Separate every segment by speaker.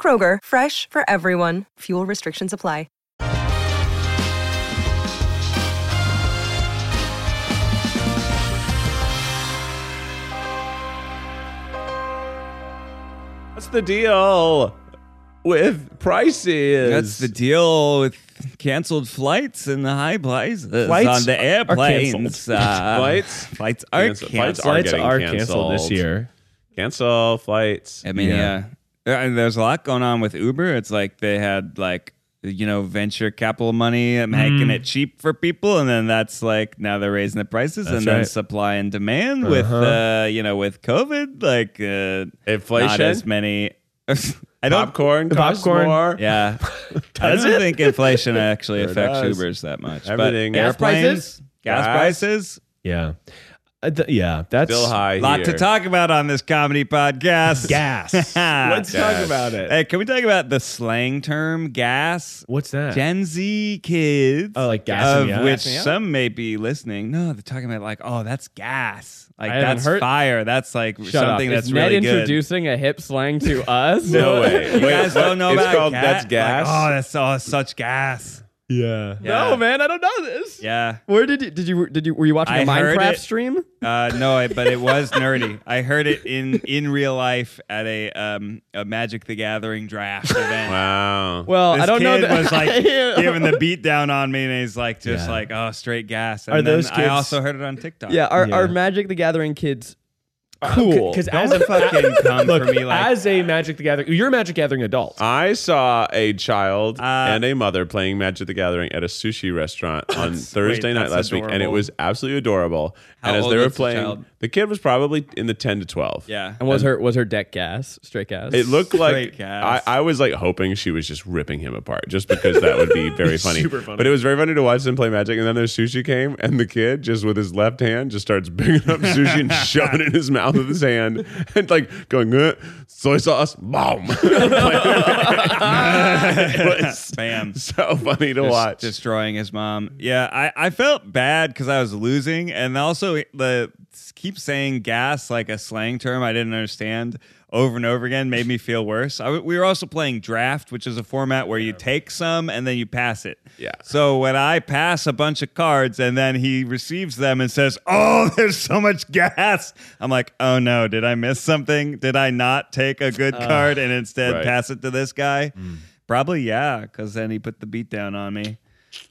Speaker 1: Kroger, fresh for everyone. Fuel restrictions apply.
Speaker 2: What's the deal with prices?
Speaker 3: That's the deal with canceled flights and the high prices
Speaker 2: Flights
Speaker 3: on the
Speaker 2: are- are canceled.
Speaker 3: airplanes. uh,
Speaker 2: Flights?
Speaker 3: flights are
Speaker 2: Cancel-
Speaker 3: canceled.
Speaker 2: flights are
Speaker 4: Flights
Speaker 2: getting
Speaker 4: are canceled. this
Speaker 2: canceled.
Speaker 4: year.
Speaker 2: cancel flights.
Speaker 3: I mean, yeah. Uh, there's a lot going on with Uber. It's like they had like you know venture capital money and making it cheap for people, and then that's like now they're raising the prices, and then
Speaker 4: right.
Speaker 3: supply and demand with
Speaker 2: Uh-huh.
Speaker 3: uh, you know with COVID, like uh, not
Speaker 2: Inflation?
Speaker 3: as many. I don't.
Speaker 2: popcorn, costs
Speaker 4: popcorn.
Speaker 2: more.
Speaker 3: Yeah, I don't think inflation actually affects
Speaker 2: does.
Speaker 3: Ubers that much.
Speaker 2: Everything.
Speaker 3: but
Speaker 2: Gas
Speaker 3: airplanes,
Speaker 4: prices?
Speaker 3: gas
Speaker 2: Gas.
Speaker 3: prices.
Speaker 4: Yeah. Uh, th- yeah. That's
Speaker 2: Still high.
Speaker 3: A lot
Speaker 2: here.
Speaker 3: to talk about on this comedy podcast.
Speaker 4: Gas. Let's
Speaker 2: Gas.
Speaker 4: talk about it.
Speaker 3: Hey, can we talk about the slang term gas?
Speaker 4: What's that?
Speaker 3: Gen Z kids.
Speaker 4: Oh, like gassing
Speaker 3: Of
Speaker 4: me up?
Speaker 3: which
Speaker 4: Gassing me up?
Speaker 3: some may be listening. No, they're talking about like, oh, that's gas. Like
Speaker 5: I haven't
Speaker 3: that's
Speaker 5: heard-
Speaker 3: fire. That's like
Speaker 5: Shut
Speaker 3: something
Speaker 5: up.
Speaker 3: that's
Speaker 5: Is
Speaker 3: really
Speaker 5: Ned
Speaker 3: good.
Speaker 5: introducing a hip slang to us?
Speaker 2: No way.
Speaker 3: You guys don't know
Speaker 2: it's
Speaker 3: about
Speaker 2: called
Speaker 3: ga-
Speaker 2: that's gas.
Speaker 3: Like, oh, that's oh, such gas.
Speaker 4: Yeah.
Speaker 5: No,
Speaker 3: Yeah.
Speaker 5: man, I don't know this.
Speaker 3: Yeah.
Speaker 5: Where did you did you did you were you watching a
Speaker 3: I heard
Speaker 5: Minecraft
Speaker 3: it.
Speaker 5: stream?
Speaker 3: Uh, no, I, but it was nerdy. I heard it in in real life at a um a Magic the Gathering draft event.
Speaker 2: wow.
Speaker 5: Well,
Speaker 3: This
Speaker 5: I don't know.
Speaker 3: kid
Speaker 5: That
Speaker 3: was like
Speaker 5: Yeah.
Speaker 3: giving the beat down on me, and he's like just
Speaker 4: Yeah.
Speaker 3: like oh straight gas. And
Speaker 4: Are
Speaker 3: then
Speaker 4: those
Speaker 3: I
Speaker 4: kids-
Speaker 3: also heard it on TikTok.
Speaker 5: yeah, our
Speaker 4: Yeah.
Speaker 5: our Magic the Gathering kids.
Speaker 4: Cool.
Speaker 3: because as a fucking come
Speaker 4: Look,
Speaker 3: for me like
Speaker 4: as a Magic the Gathering, you're a Magic Gathering adult.
Speaker 2: I saw a child
Speaker 3: Uh,
Speaker 2: and a mother playing Magic the Gathering at a sushi restaurant on Thursday
Speaker 3: wait,
Speaker 2: night last
Speaker 3: that's
Speaker 2: week, and it
Speaker 3: adorable.
Speaker 2: was absolutely adorable.
Speaker 3: How
Speaker 2: and as
Speaker 3: old
Speaker 2: they were
Speaker 3: is the
Speaker 2: playing,
Speaker 3: child?
Speaker 2: the kid was probably in the ten to twelve.
Speaker 3: yeah.
Speaker 5: And was her was her deck gas straight gas?
Speaker 2: It looked
Speaker 3: Great
Speaker 2: like I,
Speaker 3: cast.
Speaker 2: I was like hoping she was just ripping him apart just because that would be very funny.
Speaker 4: Super funny.
Speaker 2: But it was very funny to watch them play magic. And then their sushi came, and the kid just with his left hand just starts picking up sushi and shoving it in his mouth with his hand and like going, uh, soy sauce, boom. it was
Speaker 3: Bam.
Speaker 2: so funny to
Speaker 3: Des-
Speaker 2: watch.
Speaker 3: destroying his mom. Yeah, I, I felt bad because I was losing, and also the keep saying gas like a slang term I didn't understand over and over again made me feel worse. I w we were also playing draft, which is a format where you take some and then you pass it.
Speaker 2: Yeah.
Speaker 3: So when I pass a bunch of cards and then he receives them and says, "Oh, there's so much gas," I'm like, "Oh no, did I miss something? Did I not take a good card and instead
Speaker 2: Right.
Speaker 3: pass?" pass it to this guy? Probably yeah, because then he put the beat down on me.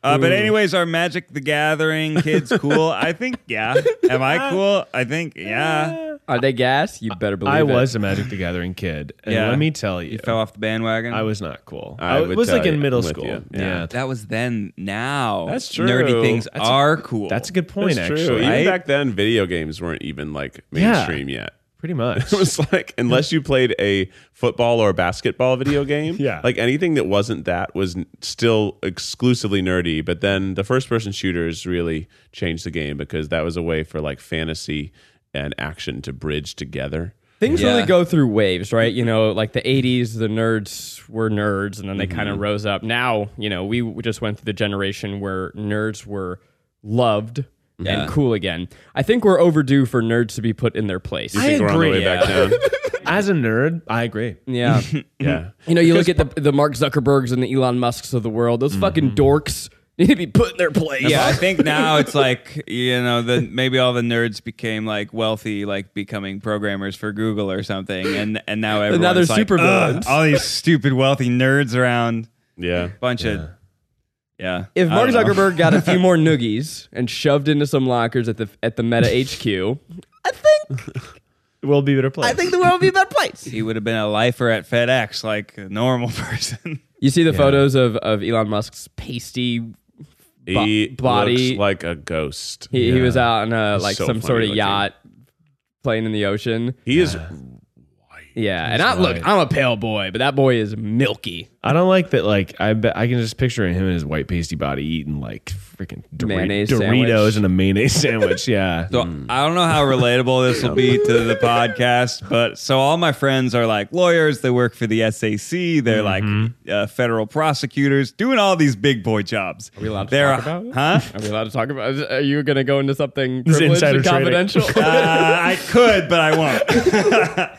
Speaker 3: Uh, but anyways, our Magic the Gathering kids cool. I think yeah. Am I cool? I think yeah.
Speaker 5: Are they gas? You better believe
Speaker 4: I
Speaker 5: it.
Speaker 4: was a Magic the Gathering kid, and
Speaker 3: Yeah.
Speaker 4: let me tell you,
Speaker 3: You fell off the bandwagon.
Speaker 4: I was not cool.
Speaker 2: I
Speaker 4: I,
Speaker 2: would
Speaker 4: was
Speaker 2: tell
Speaker 4: like
Speaker 2: you.
Speaker 4: in middle
Speaker 2: I'm with
Speaker 4: school.
Speaker 2: you.
Speaker 4: Yeah.
Speaker 3: That was then. Now
Speaker 2: That's true.
Speaker 3: Nerdy things
Speaker 2: That's a-
Speaker 3: are cool.
Speaker 4: that's a good point.
Speaker 2: It's
Speaker 4: actually,
Speaker 2: true.
Speaker 3: right?
Speaker 2: Even back then, video games weren't even like
Speaker 4: Yeah.
Speaker 2: mainstream yet.
Speaker 4: pretty much.
Speaker 2: It was like unless you played a football or basketball video game,
Speaker 4: Yeah.
Speaker 2: like anything that wasn't that was n- still exclusively nerdy. But then the first-person shooters really changed the game because that was a way for like fantasy and action to bridge together.
Speaker 5: Things
Speaker 3: Yeah.
Speaker 5: really go through waves, right? You know, like the 80s, the nerds were nerds and then they kind of rose up. Now, you know, we just went through the generation where nerds were loved
Speaker 3: Yeah.
Speaker 5: and cool again. I think we're overdue for nerds to be put in their place.
Speaker 2: I think we're on the
Speaker 4: agree,
Speaker 2: way back down.
Speaker 4: As a nerd, I agree.
Speaker 5: yeah.
Speaker 2: yeah,
Speaker 5: You know, you look at the, the Mark Zuckerbergs and the Elon Musks of the world, those fucking dorks need to be put in their place.
Speaker 3: yeah, I think now it's like you know the maybe all the nerds became like wealthy, like becoming programmers for Google or something, and and now everyone's
Speaker 5: now they're
Speaker 3: like,
Speaker 5: super
Speaker 3: "Ugh,
Speaker 5: villains."
Speaker 3: all these stupid wealthy nerds around.
Speaker 2: yeah.
Speaker 3: bunch of yeah.
Speaker 5: If
Speaker 3: I
Speaker 5: Mark
Speaker 3: don't know.
Speaker 5: Zuckerberg got a few more noogies and shoved into some lockers at the at the Meta HQ, I think
Speaker 4: We'll be better place.
Speaker 5: I think the world would be a better place.
Speaker 3: he would have been a lifer at FedEx like a normal person.
Speaker 5: You see the photos of, of Elon Musk's pasty. Bo-
Speaker 2: He
Speaker 5: body-
Speaker 2: looks like a ghost.
Speaker 5: He, he was out on a
Speaker 2: He's
Speaker 5: like
Speaker 2: so
Speaker 5: some sort
Speaker 2: funny
Speaker 5: of
Speaker 2: looking.
Speaker 5: yacht, playing in the ocean.
Speaker 2: He is
Speaker 5: Yeah, and I look,
Speaker 4: right.
Speaker 5: I'm a pale boy, but that boy is milky.
Speaker 4: I don't like that. Like I bet I can just picture him and his white pasty body eating like freaking Dor-
Speaker 5: Mayonnaise
Speaker 4: Doritos
Speaker 5: sandwich.
Speaker 4: and a mayonnaise sandwich. Yeah,
Speaker 3: So I don't know how relatable this will be to the podcast, but so all my friends are like lawyers. They work for the SAC. They're like
Speaker 5: Mm-hmm.
Speaker 3: uh, federal prosecutors, doing all these big boy jobs. Are
Speaker 5: we allowed to
Speaker 3: They're,
Speaker 5: talk about it?
Speaker 3: Huh?
Speaker 5: Are we allowed to talk about? Are you going to go into something privileged
Speaker 4: insider
Speaker 5: and
Speaker 4: trading.
Speaker 5: confidential?
Speaker 3: Uh, I could, but I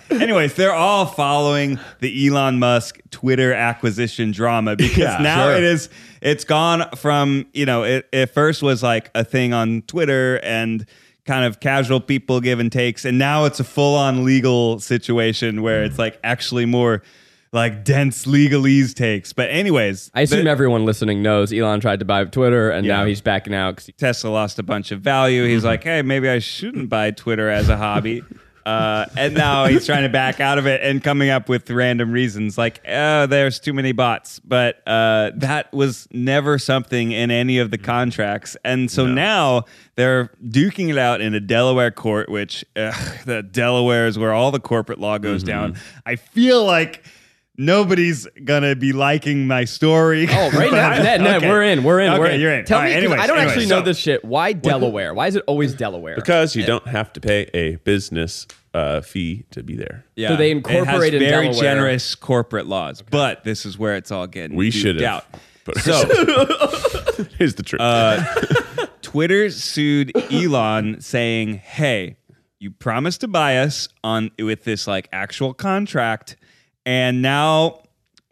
Speaker 3: won't. Anyways, they're all following the Elon Musk Twitter acquisition drama because now it is it's gone from you know it, it first was like a thing on Twitter and kind of casual people give and takes, and now it's a full on legal situation where it's like actually more like dense legalese takes. But anyways,
Speaker 5: I assume
Speaker 3: the-
Speaker 5: everyone listening knows Elon tried to buy Twitter, and now he's backing out. 'cause he-
Speaker 3: Tesla lost a bunch of value. He's like, hey, maybe I shouldn't buy Twitter as a hobby. Uh, and now he's trying to back out of it and coming up with random reasons like, oh, there's too many bots. But uh, that was never something in any of the contracts. And so now they're duking it out in a Delaware court, which uh, the Delaware is where all the corporate law goes down. I feel like nobody's going to be liking my story.
Speaker 5: Oh, right now,
Speaker 3: But-
Speaker 5: Ned, Ned,
Speaker 3: Okay.
Speaker 5: we're in, we're in,
Speaker 3: okay,
Speaker 5: we're in.
Speaker 3: You're in.
Speaker 5: Tell
Speaker 3: All
Speaker 5: me,
Speaker 3: right,
Speaker 5: 'cause I
Speaker 3: anyways,
Speaker 5: don't actually
Speaker 3: anyways,
Speaker 5: know
Speaker 3: so-
Speaker 5: this shit. Why Delaware? Why is it always Delaware?
Speaker 2: because you don't have to pay a business uh, fee to be there.
Speaker 3: Yeah.
Speaker 5: So they
Speaker 3: It has
Speaker 5: incorporated
Speaker 3: very
Speaker 5: Delaware.
Speaker 3: generous corporate laws, but this is where it's all getting
Speaker 2: We
Speaker 3: duked
Speaker 2: should have.
Speaker 3: out.
Speaker 2: But
Speaker 3: So
Speaker 2: here's the truth.
Speaker 3: Twitter sued Elon, saying, "Hey, you promised to buy us on with this like actual contract, and now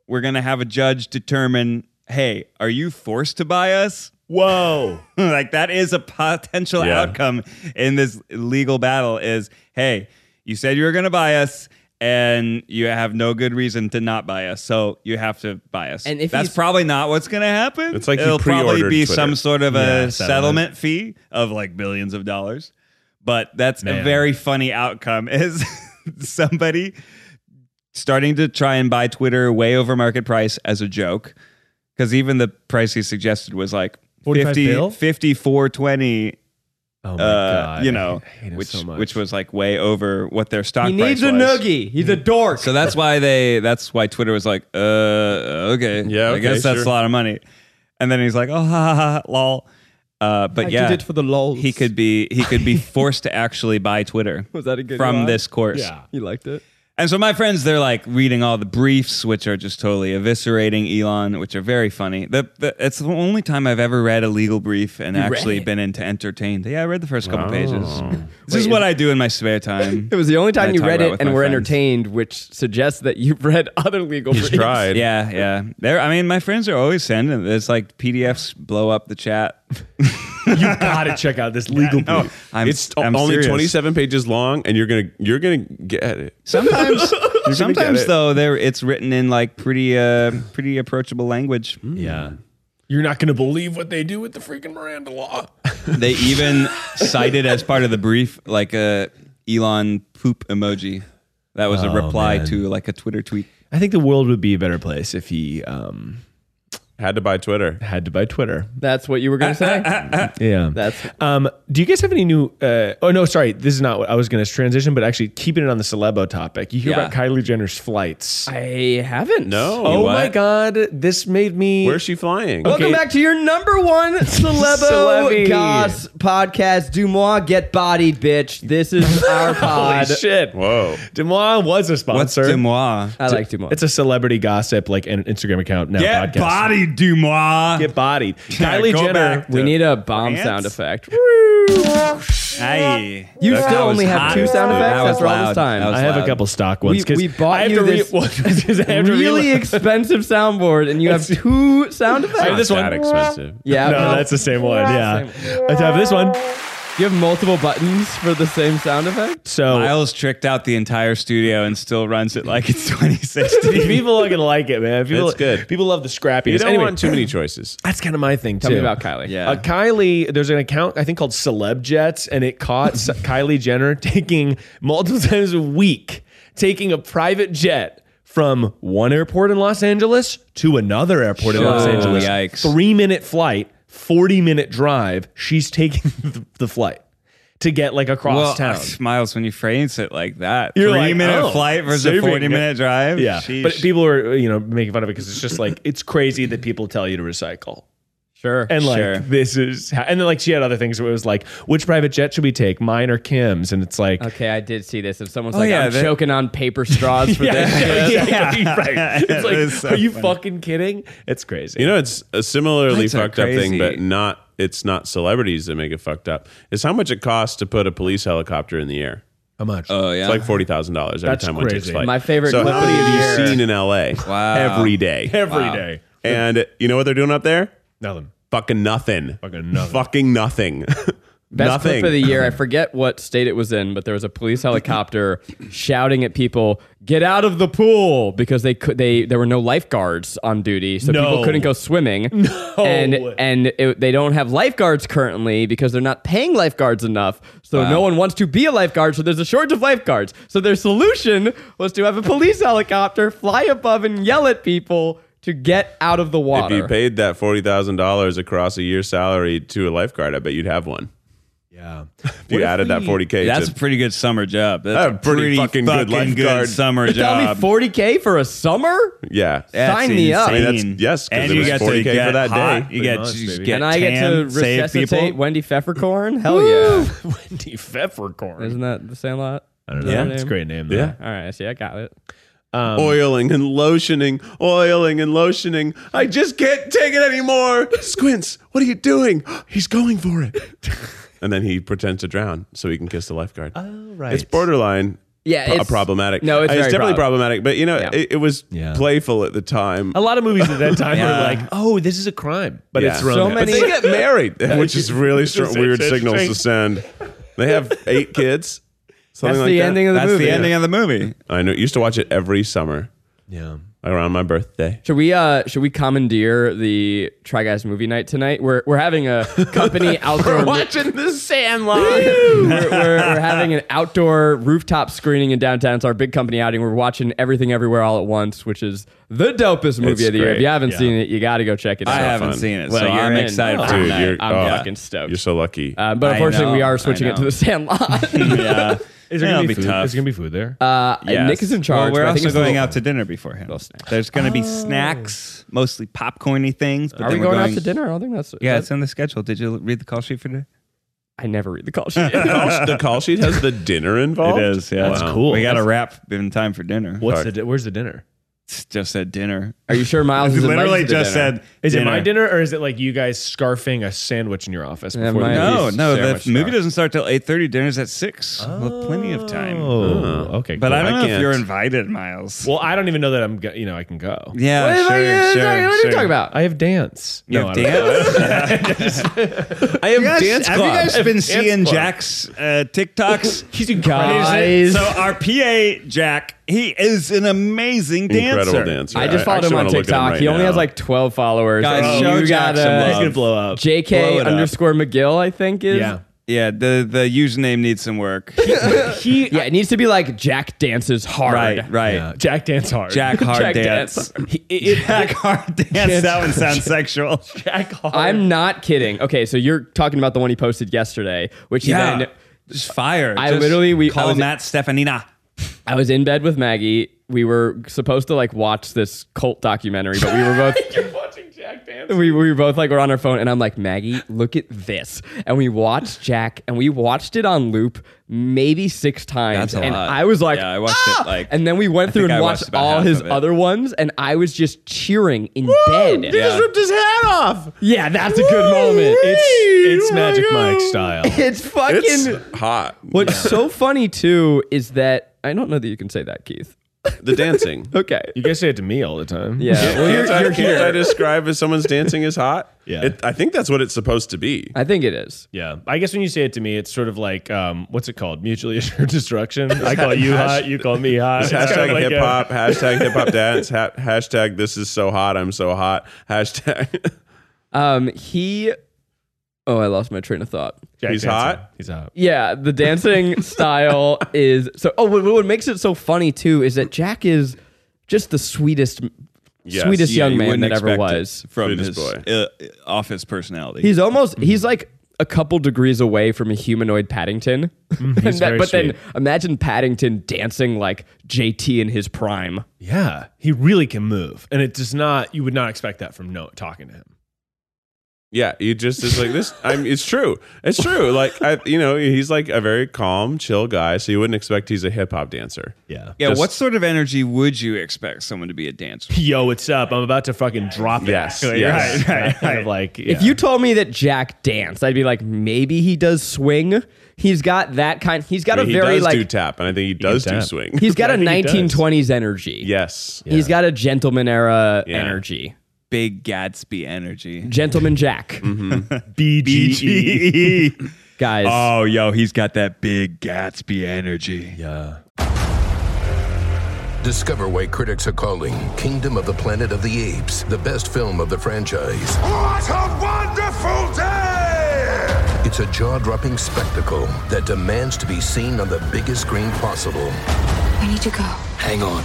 Speaker 3: we're gonna have a judge determine, hey, are you forced to buy us?"
Speaker 5: Oh.
Speaker 2: Whoa.
Speaker 3: like that is a potential
Speaker 2: Yeah.
Speaker 3: outcome in this legal battle is hey you said you were going to buy us and you have no good reason to not buy us so you have to buy us
Speaker 5: And if
Speaker 3: that's
Speaker 5: he's-
Speaker 3: probably not what's going to happen
Speaker 2: It's like you
Speaker 3: it'll probably
Speaker 2: pre-ordered
Speaker 3: be
Speaker 2: Twitter.
Speaker 3: some sort of
Speaker 4: Yeah,
Speaker 3: a
Speaker 4: settlement.
Speaker 3: settlement fee of like billions of dollars but that's a
Speaker 4: Man.
Speaker 3: very funny outcome is somebody starting to try and buy Twitter way over market price as a joke. Because even the price he suggested was like
Speaker 4: 45
Speaker 3: 50,
Speaker 4: bill?
Speaker 3: 5420,
Speaker 4: oh my
Speaker 3: uh,
Speaker 4: god,
Speaker 3: you know,
Speaker 4: I hate him
Speaker 3: which,
Speaker 4: so much.
Speaker 3: which was like way over what their stock
Speaker 5: he
Speaker 3: price
Speaker 5: needs a
Speaker 3: was.
Speaker 5: noogie. He's a dork.
Speaker 3: So that's why they, that's why Twitter was like, uh, okay.
Speaker 2: Yeah,
Speaker 3: I
Speaker 2: okay,
Speaker 3: guess that's
Speaker 2: sure.
Speaker 3: a lot of money. And then he's like, oh, ha, ha, ha, lol. Uh, but yeah,
Speaker 5: the lols.
Speaker 3: he could be, he could be forced to actually buy Twitter
Speaker 5: Was that a good
Speaker 3: from
Speaker 5: one?
Speaker 3: this course.
Speaker 4: yeah.
Speaker 5: You liked it.
Speaker 3: And so my friends, they're like reading all the briefs, which are just totally eviscerating Elon, which are very funny. The, the, it's the only time I've ever read a legal brief and actually
Speaker 5: it?
Speaker 3: been into entertained. Yeah, I read the first couple pages. This is what I do in my spare time.
Speaker 5: Oh. It was the only
Speaker 3: I
Speaker 5: time you
Speaker 3: talk
Speaker 5: read
Speaker 3: about
Speaker 5: it
Speaker 3: with
Speaker 5: and
Speaker 3: my
Speaker 5: were
Speaker 3: friends.
Speaker 5: entertained, which suggests that you've read other legal
Speaker 2: He's
Speaker 5: briefs.
Speaker 2: tried.
Speaker 3: Yeah, yeah. There, I mean, my friends are always sending. It's like PDFs blow up the chat.
Speaker 4: you gotta check out this legal
Speaker 3: No,
Speaker 4: brief.
Speaker 3: I'm,
Speaker 2: it's
Speaker 3: I'm
Speaker 2: only
Speaker 3: serious.
Speaker 2: 27 pages long, and you're gonna you're gonna get it.
Speaker 3: Sometimes, sometimes
Speaker 2: it.
Speaker 3: though, there it's written in like pretty, uh, pretty approachable language.
Speaker 4: Yeah, you're not gonna believe what they do with the freaking Miranda law.
Speaker 3: They even cited as part of the brief like a Elon poop emoji. That was a reply
Speaker 4: Oh, man.
Speaker 3: to like a Twitter tweet.
Speaker 4: I think the world would be a better place if he um,
Speaker 2: Had to buy Twitter.
Speaker 4: had to buy Twitter.
Speaker 5: That's what you were going to say?
Speaker 4: Yeah.
Speaker 5: That's
Speaker 4: Um, do you guys have any new? Uh, oh no, sorry, this is not what I was going to transition, but actually keeping it on the celebo topic. You hear
Speaker 3: Yeah.
Speaker 4: about Kylie Jenner's flights?
Speaker 5: I haven't.
Speaker 2: No.
Speaker 4: oh
Speaker 3: what?
Speaker 4: my god, this made me.
Speaker 2: Where's she flying?
Speaker 5: Welcome
Speaker 4: Okay.
Speaker 5: back to your number one Celebo
Speaker 4: Celebi.
Speaker 5: Goss podcast. Dumois, get bodied, bitch. This is our pod.
Speaker 4: Holy shit!
Speaker 2: Whoa.
Speaker 4: Demois was a
Speaker 3: What's
Speaker 4: sponsor.
Speaker 3: Dumois?
Speaker 5: I like Dumois.
Speaker 4: It's a celebrity gossip like an Instagram account now.
Speaker 3: Get
Speaker 4: podcast.
Speaker 3: body, Dumois.
Speaker 4: Get bodied.
Speaker 3: Yeah,
Speaker 4: Kylie
Speaker 3: go
Speaker 4: Jenner.
Speaker 3: back.
Speaker 5: we need a bomb
Speaker 3: Ants?
Speaker 5: sound effect.
Speaker 3: Aye.
Speaker 5: You
Speaker 3: That
Speaker 5: still
Speaker 3: was
Speaker 5: only have
Speaker 3: hot.
Speaker 5: two sound
Speaker 3: That
Speaker 5: effects
Speaker 3: was
Speaker 5: after all this
Speaker 3: loud.
Speaker 5: time.
Speaker 3: That was
Speaker 4: I have
Speaker 3: loud.
Speaker 4: a couple stock ones.
Speaker 5: We-
Speaker 4: 'cause
Speaker 5: we bought
Speaker 4: I have
Speaker 5: you
Speaker 4: to re-
Speaker 5: this
Speaker 4: well, 'cause I have to
Speaker 5: really
Speaker 4: re-
Speaker 5: expensive soundboard, and you have two sound effects.
Speaker 4: I have this
Speaker 2: Not that
Speaker 4: one.
Speaker 2: expensive.
Speaker 5: yeah,
Speaker 4: No, that's the same one. Yeah. I have this one.
Speaker 5: you have multiple buttons for the same sound effect.
Speaker 4: So
Speaker 3: Miles tricked out the entire studio and still runs it like it's 2016.
Speaker 4: people are gonna like it, man. People,
Speaker 2: It's good.
Speaker 4: People love the scrappiness.
Speaker 2: You don't
Speaker 4: Anyway,
Speaker 2: want too many choices.
Speaker 4: that's kind of my thing
Speaker 5: Tell
Speaker 4: too.
Speaker 5: me about Kylie.
Speaker 3: Yeah.
Speaker 4: Uh, Kylie, there's an account I think called Celeb Jets, and it caught s- Kylie Jenner taking multiple times a week, taking a private jet from one airport in Los Angeles to another airport in Los
Speaker 3: Sure.
Speaker 4: Angeles.
Speaker 3: Yikes.
Speaker 4: Three minute flight, 40 minute drive. She's taking the, the flight. to get like across
Speaker 3: Well,
Speaker 4: town.
Speaker 3: Miles, when you phrase it like that,
Speaker 4: You're
Speaker 3: three
Speaker 4: like,
Speaker 3: minute
Speaker 4: oh,
Speaker 3: flight versus a
Speaker 4: saving
Speaker 3: forty
Speaker 4: it.
Speaker 3: minute drive.
Speaker 4: Yeah,
Speaker 3: Sheesh.
Speaker 4: but people are you know making fun of it because it's just like it's crazy that people tell you to recycle.
Speaker 5: Sure.
Speaker 4: And like
Speaker 3: Sure.
Speaker 4: this is, how, and then like she had other things where it was like, which private jet should we take, mine or Kim's? And it's like,
Speaker 5: okay, I did see this. If someone's
Speaker 3: Oh,
Speaker 5: like,
Speaker 3: yeah,
Speaker 5: I'm
Speaker 3: that-
Speaker 5: choking on paper straws for this shit.
Speaker 4: exactly,
Speaker 3: Yeah.
Speaker 4: right. It's
Speaker 3: That
Speaker 4: like,
Speaker 3: is so
Speaker 4: are you
Speaker 3: funny.
Speaker 4: fucking kidding? It's crazy.
Speaker 2: You know, it's a similarly
Speaker 3: That's so
Speaker 2: fucked up thing,
Speaker 3: crazy.
Speaker 2: but not it's not celebrities that make it fucked up. It's how much it costs to put a police helicopter in the air.
Speaker 4: how much?
Speaker 3: oh yeah,
Speaker 2: It's like forty thousand dollars every
Speaker 4: That's
Speaker 2: time one takes
Speaker 4: crazy.
Speaker 2: flight.
Speaker 5: My favorite
Speaker 2: So
Speaker 5: clip
Speaker 2: how
Speaker 5: of
Speaker 2: many
Speaker 5: the
Speaker 2: have you
Speaker 5: year.
Speaker 2: seen in L.A.
Speaker 3: Wow.
Speaker 2: every day?
Speaker 4: Every day,
Speaker 2: And you know what they're doing up there?
Speaker 4: nothing.
Speaker 2: Fucking nothing.
Speaker 4: Fucking nothing.
Speaker 2: Fucking nothing.
Speaker 5: Best
Speaker 2: nothing.
Speaker 5: clip of the year. I forget what state it was in, but there was a police helicopter shouting at people, "Get out of the pool!" because they could they there were no lifeguards on duty, so
Speaker 4: No.
Speaker 5: people couldn't go swimming. No. And and it, they don't have lifeguards currently because they're not paying lifeguards enough, so no one wants to be a lifeguard. So there's a shortage of lifeguards. So their solution was to have a police helicopter fly above and yell at people to get out of the
Speaker 2: if
Speaker 5: water.
Speaker 2: you paid that forty thousand dollars across a year's salary to a lifeguard, I bet you'd have one.
Speaker 4: Yeah.
Speaker 2: If you added that forty k,
Speaker 3: that's a pretty good summer job. That's
Speaker 2: That's a pretty fucking good lifeguard.
Speaker 3: summer
Speaker 5: You're telling me
Speaker 3: job.
Speaker 5: 40k for a summer?
Speaker 2: yeah.
Speaker 3: That's
Speaker 5: Sign me up. I
Speaker 2: mean, that's-
Speaker 3: insane.
Speaker 2: yes, 'cause
Speaker 3: and
Speaker 2: it
Speaker 3: you
Speaker 2: was
Speaker 3: get
Speaker 2: 40K
Speaker 3: to
Speaker 2: for
Speaker 3: get
Speaker 2: that day.
Speaker 3: hot. You
Speaker 4: Pretty
Speaker 3: get,
Speaker 4: nice,
Speaker 3: you just
Speaker 4: baby.
Speaker 3: get
Speaker 5: and I get to
Speaker 3: tan, save
Speaker 5: resuscitate
Speaker 3: people.
Speaker 5: Wendy Pfeffercorn. Hell yeah!
Speaker 4: Wendy Peppercorn.
Speaker 5: Isn't that the Sandlot?
Speaker 4: I don't know.
Speaker 5: Yeah.
Speaker 4: It's a great name, though.
Speaker 2: Yeah.
Speaker 5: All right, I see. I got it. Um,
Speaker 2: oiling and lotioning, oiling and lotioning. I just can't take it anymore. Squints, what are you doing? He's going for it. and then he pretends to drown so he can kiss the lifeguard.
Speaker 4: Oh, right.
Speaker 2: It's borderline.
Speaker 5: Yeah,
Speaker 2: pro-
Speaker 5: it's-
Speaker 2: problematic.
Speaker 5: no, it's
Speaker 2: Uh,
Speaker 5: very
Speaker 2: definitely
Speaker 5: prob-
Speaker 2: problematic. But you know,
Speaker 5: Yeah.
Speaker 2: it, it was
Speaker 4: Yeah.
Speaker 2: playful at the time.
Speaker 4: A lot of movies at that time
Speaker 3: Yeah.
Speaker 4: were like, oh, this is a crime, but
Speaker 2: Yeah.
Speaker 4: it's wrong.
Speaker 5: So
Speaker 2: But
Speaker 5: many-
Speaker 2: they get married, which is really
Speaker 4: This is
Speaker 2: str- weird
Speaker 4: such a
Speaker 2: signals to
Speaker 4: strange-
Speaker 2: send. They have eight kids. Something
Speaker 5: That's
Speaker 2: like
Speaker 5: the
Speaker 2: that.
Speaker 5: ending of the
Speaker 3: That's
Speaker 5: movie.
Speaker 3: the ending of the movie.
Speaker 2: I know. Used to watch it every summer
Speaker 4: yeah.
Speaker 2: around my birthday.
Speaker 5: Should we uh should we commandeer the Try Guys movie night tonight? We're we're having a company outdoor we're,
Speaker 2: Watching the Sandlot.
Speaker 5: we're, we're having an outdoor rooftop screening in downtown. It's our big company outing. We're watching everything everywhere all at once, which is the dopest movie
Speaker 2: It's
Speaker 5: of the year. If
Speaker 2: great.
Speaker 5: you haven't
Speaker 4: Yeah.
Speaker 5: seen it, you got to go check it out.
Speaker 3: I haven't
Speaker 2: fun.
Speaker 3: seen it,
Speaker 5: Well,
Speaker 3: so
Speaker 5: you're
Speaker 3: I'm
Speaker 5: in.
Speaker 3: excited for
Speaker 5: Dude,
Speaker 3: tonight.
Speaker 2: you're-
Speaker 5: I'm
Speaker 2: oh,
Speaker 5: fucking stoked.
Speaker 2: You're so lucky.
Speaker 5: Uh, but
Speaker 3: I
Speaker 5: unfortunately, we
Speaker 3: know,
Speaker 5: are
Speaker 3: I
Speaker 5: switching it to
Speaker 3: know.
Speaker 5: the Sandlot.
Speaker 3: yeah,
Speaker 4: Is there
Speaker 3: It'll
Speaker 4: going to
Speaker 3: be
Speaker 4: be food?
Speaker 3: tough.
Speaker 4: Is there going to be food there?
Speaker 5: Uh,
Speaker 3: Yes.
Speaker 5: Nick is in charge.
Speaker 3: Well, we're
Speaker 5: but I think
Speaker 3: also
Speaker 5: it's a
Speaker 3: going
Speaker 5: little-
Speaker 3: out to dinner beforehand.
Speaker 5: snacks. Oh.
Speaker 3: There's going to be snacks, mostly popcorny things. But
Speaker 5: Are we
Speaker 3: then
Speaker 5: going,
Speaker 3: we're
Speaker 5: out to dinner? I don't think that's.
Speaker 3: Yeah,
Speaker 5: that-
Speaker 3: it's in the schedule. Did you read the call sheet for today?
Speaker 5: I never read the call sheet.
Speaker 2: Call- the call sheet has the dinner involved.
Speaker 3: Yeah,
Speaker 4: That's cool.
Speaker 3: We got to wrap in time for dinner.
Speaker 4: What's
Speaker 2: Sorry.
Speaker 4: the di- where's the dinner?
Speaker 3: It's just said dinner.
Speaker 5: Are you sure Miles
Speaker 3: It
Speaker 5: is invited
Speaker 3: literally
Speaker 5: to the
Speaker 3: just
Speaker 5: dinner?
Speaker 3: said.
Speaker 4: Is it my dinner or is it like you guys scarfing a sandwich in your office
Speaker 5: Yeah,
Speaker 4: before
Speaker 5: mine-
Speaker 4: the
Speaker 5: No.
Speaker 3: No,
Speaker 5: These
Speaker 3: no. The
Speaker 5: sandwich
Speaker 3: movie
Speaker 5: stuff.
Speaker 3: doesn't start till eight thirty. Dinner's at six. Well, plenty of time.
Speaker 4: Oh, okay.
Speaker 3: But
Speaker 4: cool.
Speaker 3: I don't
Speaker 2: I
Speaker 3: know if
Speaker 2: can't.
Speaker 3: you're invited, Miles.
Speaker 4: Well, I don't even know that I'm. Go- you know, I can go.
Speaker 3: yeah,
Speaker 5: What,
Speaker 3: sure,
Speaker 5: what are you,
Speaker 3: sure,
Speaker 5: talking, what are you
Speaker 3: sure.
Speaker 5: talking about?
Speaker 4: I have dance.
Speaker 3: You
Speaker 4: No,
Speaker 3: have
Speaker 4: I don't.
Speaker 3: dance.
Speaker 2: I have
Speaker 3: You guys-
Speaker 2: dance
Speaker 3: have
Speaker 2: club.
Speaker 3: you guys been seeing
Speaker 4: club.
Speaker 3: Jack's uh, TikToks?
Speaker 5: He's a
Speaker 3: Is
Speaker 5: guys.
Speaker 3: it- So our PA Jack, he is an amazing dancer.
Speaker 2: Incredible dancer.
Speaker 5: I just followed
Speaker 2: actually
Speaker 5: him on
Speaker 2: wanna look at
Speaker 5: TikTok.
Speaker 2: right
Speaker 5: he only
Speaker 2: now.
Speaker 5: has like 12 followers.
Speaker 3: Guys,
Speaker 5: and
Speaker 3: show
Speaker 5: you
Speaker 3: Jack
Speaker 5: got
Speaker 3: Oh, some love.
Speaker 4: He's
Speaker 5: uh,
Speaker 4: gonna blow up.
Speaker 3: Blow
Speaker 5: JK
Speaker 3: it up.
Speaker 5: underscore McGill, I think is.
Speaker 4: Yeah.
Speaker 3: Yeah, the the username needs some work.
Speaker 4: He.
Speaker 5: Yeah, it needs to be like Jack dances hard.
Speaker 3: right, right.
Speaker 4: yeah. Uh, Jack dance hard.
Speaker 3: Jack hard
Speaker 5: Jack
Speaker 3: dance.
Speaker 5: dance.
Speaker 4: He- it- it-
Speaker 3: Jack hard dance. That one sounds sexual.
Speaker 4: Jack hard.
Speaker 5: I'm not kidding. Okay, so you're talking about the one he posted yesterday, which he then
Speaker 3: just fire.
Speaker 5: I
Speaker 3: Just
Speaker 5: literally- we- I
Speaker 3: call
Speaker 5: was-
Speaker 3: Matt Stefanina.
Speaker 5: I was in bed with Maggie. We were supposed to like watch this cult documentary, but we were both
Speaker 4: You're watching Jack dance.
Speaker 5: we, we were both like we're on our phone, and I'm like Maggie, look at this, and we watched Jack, and we watched it on loop maybe six times,
Speaker 3: That's a
Speaker 5: and
Speaker 3: lot.
Speaker 5: I was like,
Speaker 3: Yeah, I watched
Speaker 5: "Ah!"
Speaker 3: it, like-
Speaker 5: and then we went
Speaker 3: I
Speaker 5: through
Speaker 3: think
Speaker 5: and
Speaker 3: I
Speaker 5: watched,
Speaker 3: watched about
Speaker 5: all
Speaker 3: half
Speaker 5: his
Speaker 3: of it.
Speaker 5: other ones, and I was just cheering in bed.
Speaker 2: He just ripped his hat off.
Speaker 5: Yeah, that's a good moment.
Speaker 4: It's it's
Speaker 5: It's
Speaker 2: Oh my
Speaker 4: Magic
Speaker 2: God.
Speaker 4: Mike style.
Speaker 5: it's fucking.
Speaker 2: It's hot.
Speaker 5: what's so funny too is that I don't know that you can say that, Keith.
Speaker 2: The dancing.
Speaker 5: Okay.
Speaker 4: You guys say it to me all the time.
Speaker 5: Yeah. Well,
Speaker 2: Can't,
Speaker 5: you're,
Speaker 2: I,
Speaker 5: you're
Speaker 2: can't I
Speaker 5: here.
Speaker 2: describe as someone's dancing is hot?
Speaker 4: Yeah.
Speaker 2: It, I think that's what it's supposed to be.
Speaker 5: I think it is.
Speaker 4: Yeah, I guess when you say it to me, it's sort of like um, what's it called? Mutually assured destruction. I call you hot, you call me hot. It's kind
Speaker 2: Hashtag
Speaker 4: of like
Speaker 2: hip
Speaker 4: a-
Speaker 2: hop, hashtag hip hop dance, ha- hashtag this is so hot, I'm so hot, hashtag
Speaker 5: Um, he. Oh, I lost my train of thought.
Speaker 4: Jack
Speaker 2: He's
Speaker 4: Dancer.
Speaker 2: hot?
Speaker 4: He's hot.
Speaker 5: Yeah, the dancing style is so. Oh, what, what makes it so funny too is that Jack is just the sweetest,
Speaker 2: Yes.
Speaker 5: sweetest
Speaker 2: Yeah,
Speaker 5: young
Speaker 3: You
Speaker 5: man
Speaker 3: wouldn't
Speaker 5: that ever
Speaker 3: expect it
Speaker 5: was.
Speaker 3: from
Speaker 2: Sweetest
Speaker 3: his
Speaker 2: boy.
Speaker 3: uh, office personality.
Speaker 5: He's almost. He's like a couple degrees away from a humanoid Paddington. And that-
Speaker 4: very
Speaker 5: but then
Speaker 4: sweet.
Speaker 5: imagine Paddington dancing like JT in his prime.
Speaker 4: Yeah, he really can move, and it does not. You would not expect that from no talking to him.
Speaker 2: Yeah, you just is like this. I'm. It's true. It's true. Like I, you know, he's like a very calm, chill guy. So you wouldn't expect he's a hip hop dancer.
Speaker 4: Yeah.
Speaker 3: Yeah,
Speaker 2: Just-
Speaker 3: what sort of energy would you expect someone to be a dancer?
Speaker 4: Yo, what's up? I'm about to fucking drop it.
Speaker 2: Yes,
Speaker 4: Like,
Speaker 2: yes.
Speaker 4: Right. Right. Kind of like
Speaker 5: If you told me that Jack danced, I'd be like, maybe he does swing. He's got that kind. He's got
Speaker 2: I mean,
Speaker 5: a
Speaker 2: he
Speaker 5: very
Speaker 2: does do
Speaker 5: like.
Speaker 2: tap, and I think he does do
Speaker 4: tap.
Speaker 2: swing.
Speaker 5: He's got a
Speaker 4: I think he does.
Speaker 5: 1920s energy.
Speaker 2: yes.
Speaker 5: He's got a gentleman era
Speaker 2: Yeah.
Speaker 5: energy.
Speaker 3: Big Gatsby energy.
Speaker 5: Gentleman Jack,
Speaker 4: BGE.
Speaker 5: guys.
Speaker 3: E. Oh, yo, he's got that big Gatsby energy.
Speaker 4: Yeah.
Speaker 6: Discover why critics are calling Kingdom of the Planet of the Apes the best film of the franchise.
Speaker 7: What a wonderful day!
Speaker 6: It's a jaw dropping spectacle that demands to be seen on the biggest screen possible.
Speaker 8: We need to go.
Speaker 6: Hang on.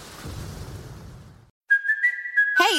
Speaker 9: Hey,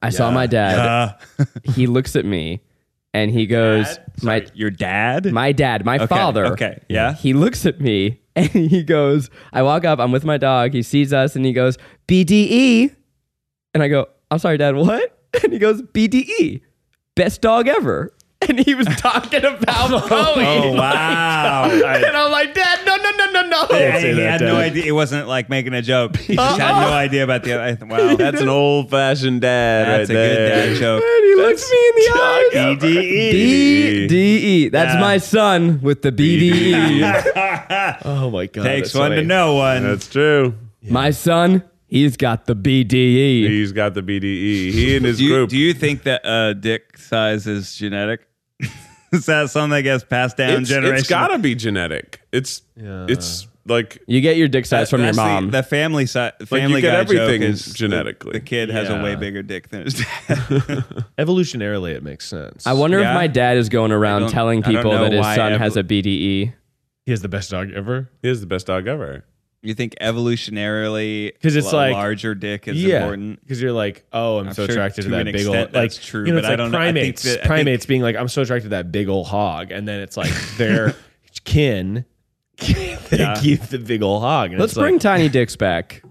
Speaker 5: I saw my dad.
Speaker 3: Uh,
Speaker 5: He looks at me, and he goes, "My
Speaker 3: your dad?
Speaker 5: my dad, my father.
Speaker 3: okay, yeah.
Speaker 5: He looks at me and he goes, I walk up, I'm with my dog. He sees us and he goes, BDE. And I go, I'm sorry, dad, what? And he goes, BDE, best dog ever. And he was talking about Bowie.
Speaker 3: oh, wow.
Speaker 5: And I'm like, Dad, no, no, no, no, no.
Speaker 3: Yeah, he had no idea. It wasn't like making a joke. He just had no idea about the other. Wow,
Speaker 2: That's an old fashioned dad.
Speaker 3: that's a
Speaker 2: right
Speaker 3: good
Speaker 2: there.
Speaker 3: dad joke. E
Speaker 5: And he looks me in the eyes.
Speaker 2: BDE.
Speaker 5: BDE. E. That's
Speaker 3: Yeah.
Speaker 5: my son with the E. BDE.
Speaker 4: Oh my god.
Speaker 3: Takes
Speaker 4: that's
Speaker 3: one to
Speaker 4: funny.
Speaker 3: know one.
Speaker 2: That's true.
Speaker 5: my son, he's got the E. BDE.
Speaker 2: He's got the BDE. He and his
Speaker 3: do, you,
Speaker 2: group.
Speaker 3: do you think that uh, dick size is genetic? is that something that gets passed down
Speaker 2: it's,
Speaker 3: generation?
Speaker 2: it's gotta be genetic. It's it's like
Speaker 5: You get your dick size from your mom.
Speaker 3: The, family side,
Speaker 2: Like,
Speaker 3: family
Speaker 2: you get
Speaker 3: guy
Speaker 2: everything
Speaker 3: joke is the-
Speaker 2: genetically.
Speaker 3: The, kid has
Speaker 4: Yeah.
Speaker 3: a way bigger dick than his dad.
Speaker 4: Evolutionarily, it makes sense.
Speaker 5: I wonder
Speaker 3: Yeah.
Speaker 5: if my dad is going around
Speaker 3: don't-
Speaker 5: telling
Speaker 3: I don't
Speaker 5: people
Speaker 3: know
Speaker 5: that his
Speaker 3: why
Speaker 5: son
Speaker 3: ever-
Speaker 5: has a E. BDE.
Speaker 4: he has the best dog ever.
Speaker 2: he is the best dog ever.
Speaker 3: you think evolutionarily,
Speaker 4: 'Cause it's
Speaker 3: a
Speaker 4: like-
Speaker 3: larger dick is important?
Speaker 4: because you're like, oh, I'm,
Speaker 3: I'm
Speaker 4: so
Speaker 3: sure
Speaker 4: attracted to
Speaker 3: to
Speaker 4: that
Speaker 3: an
Speaker 4: big
Speaker 3: extent
Speaker 4: old. Like,
Speaker 3: that's true,
Speaker 4: you know,
Speaker 3: but
Speaker 4: it's
Speaker 3: I
Speaker 4: like
Speaker 3: don't know. I think
Speaker 4: primates,
Speaker 3: that- I think-
Speaker 4: primates being like, I'm so attracted to that big old hog, and then it's like their kin. they keep the big old hog. and
Speaker 5: Let's
Speaker 4: it's like-
Speaker 5: bring tiny dicks back.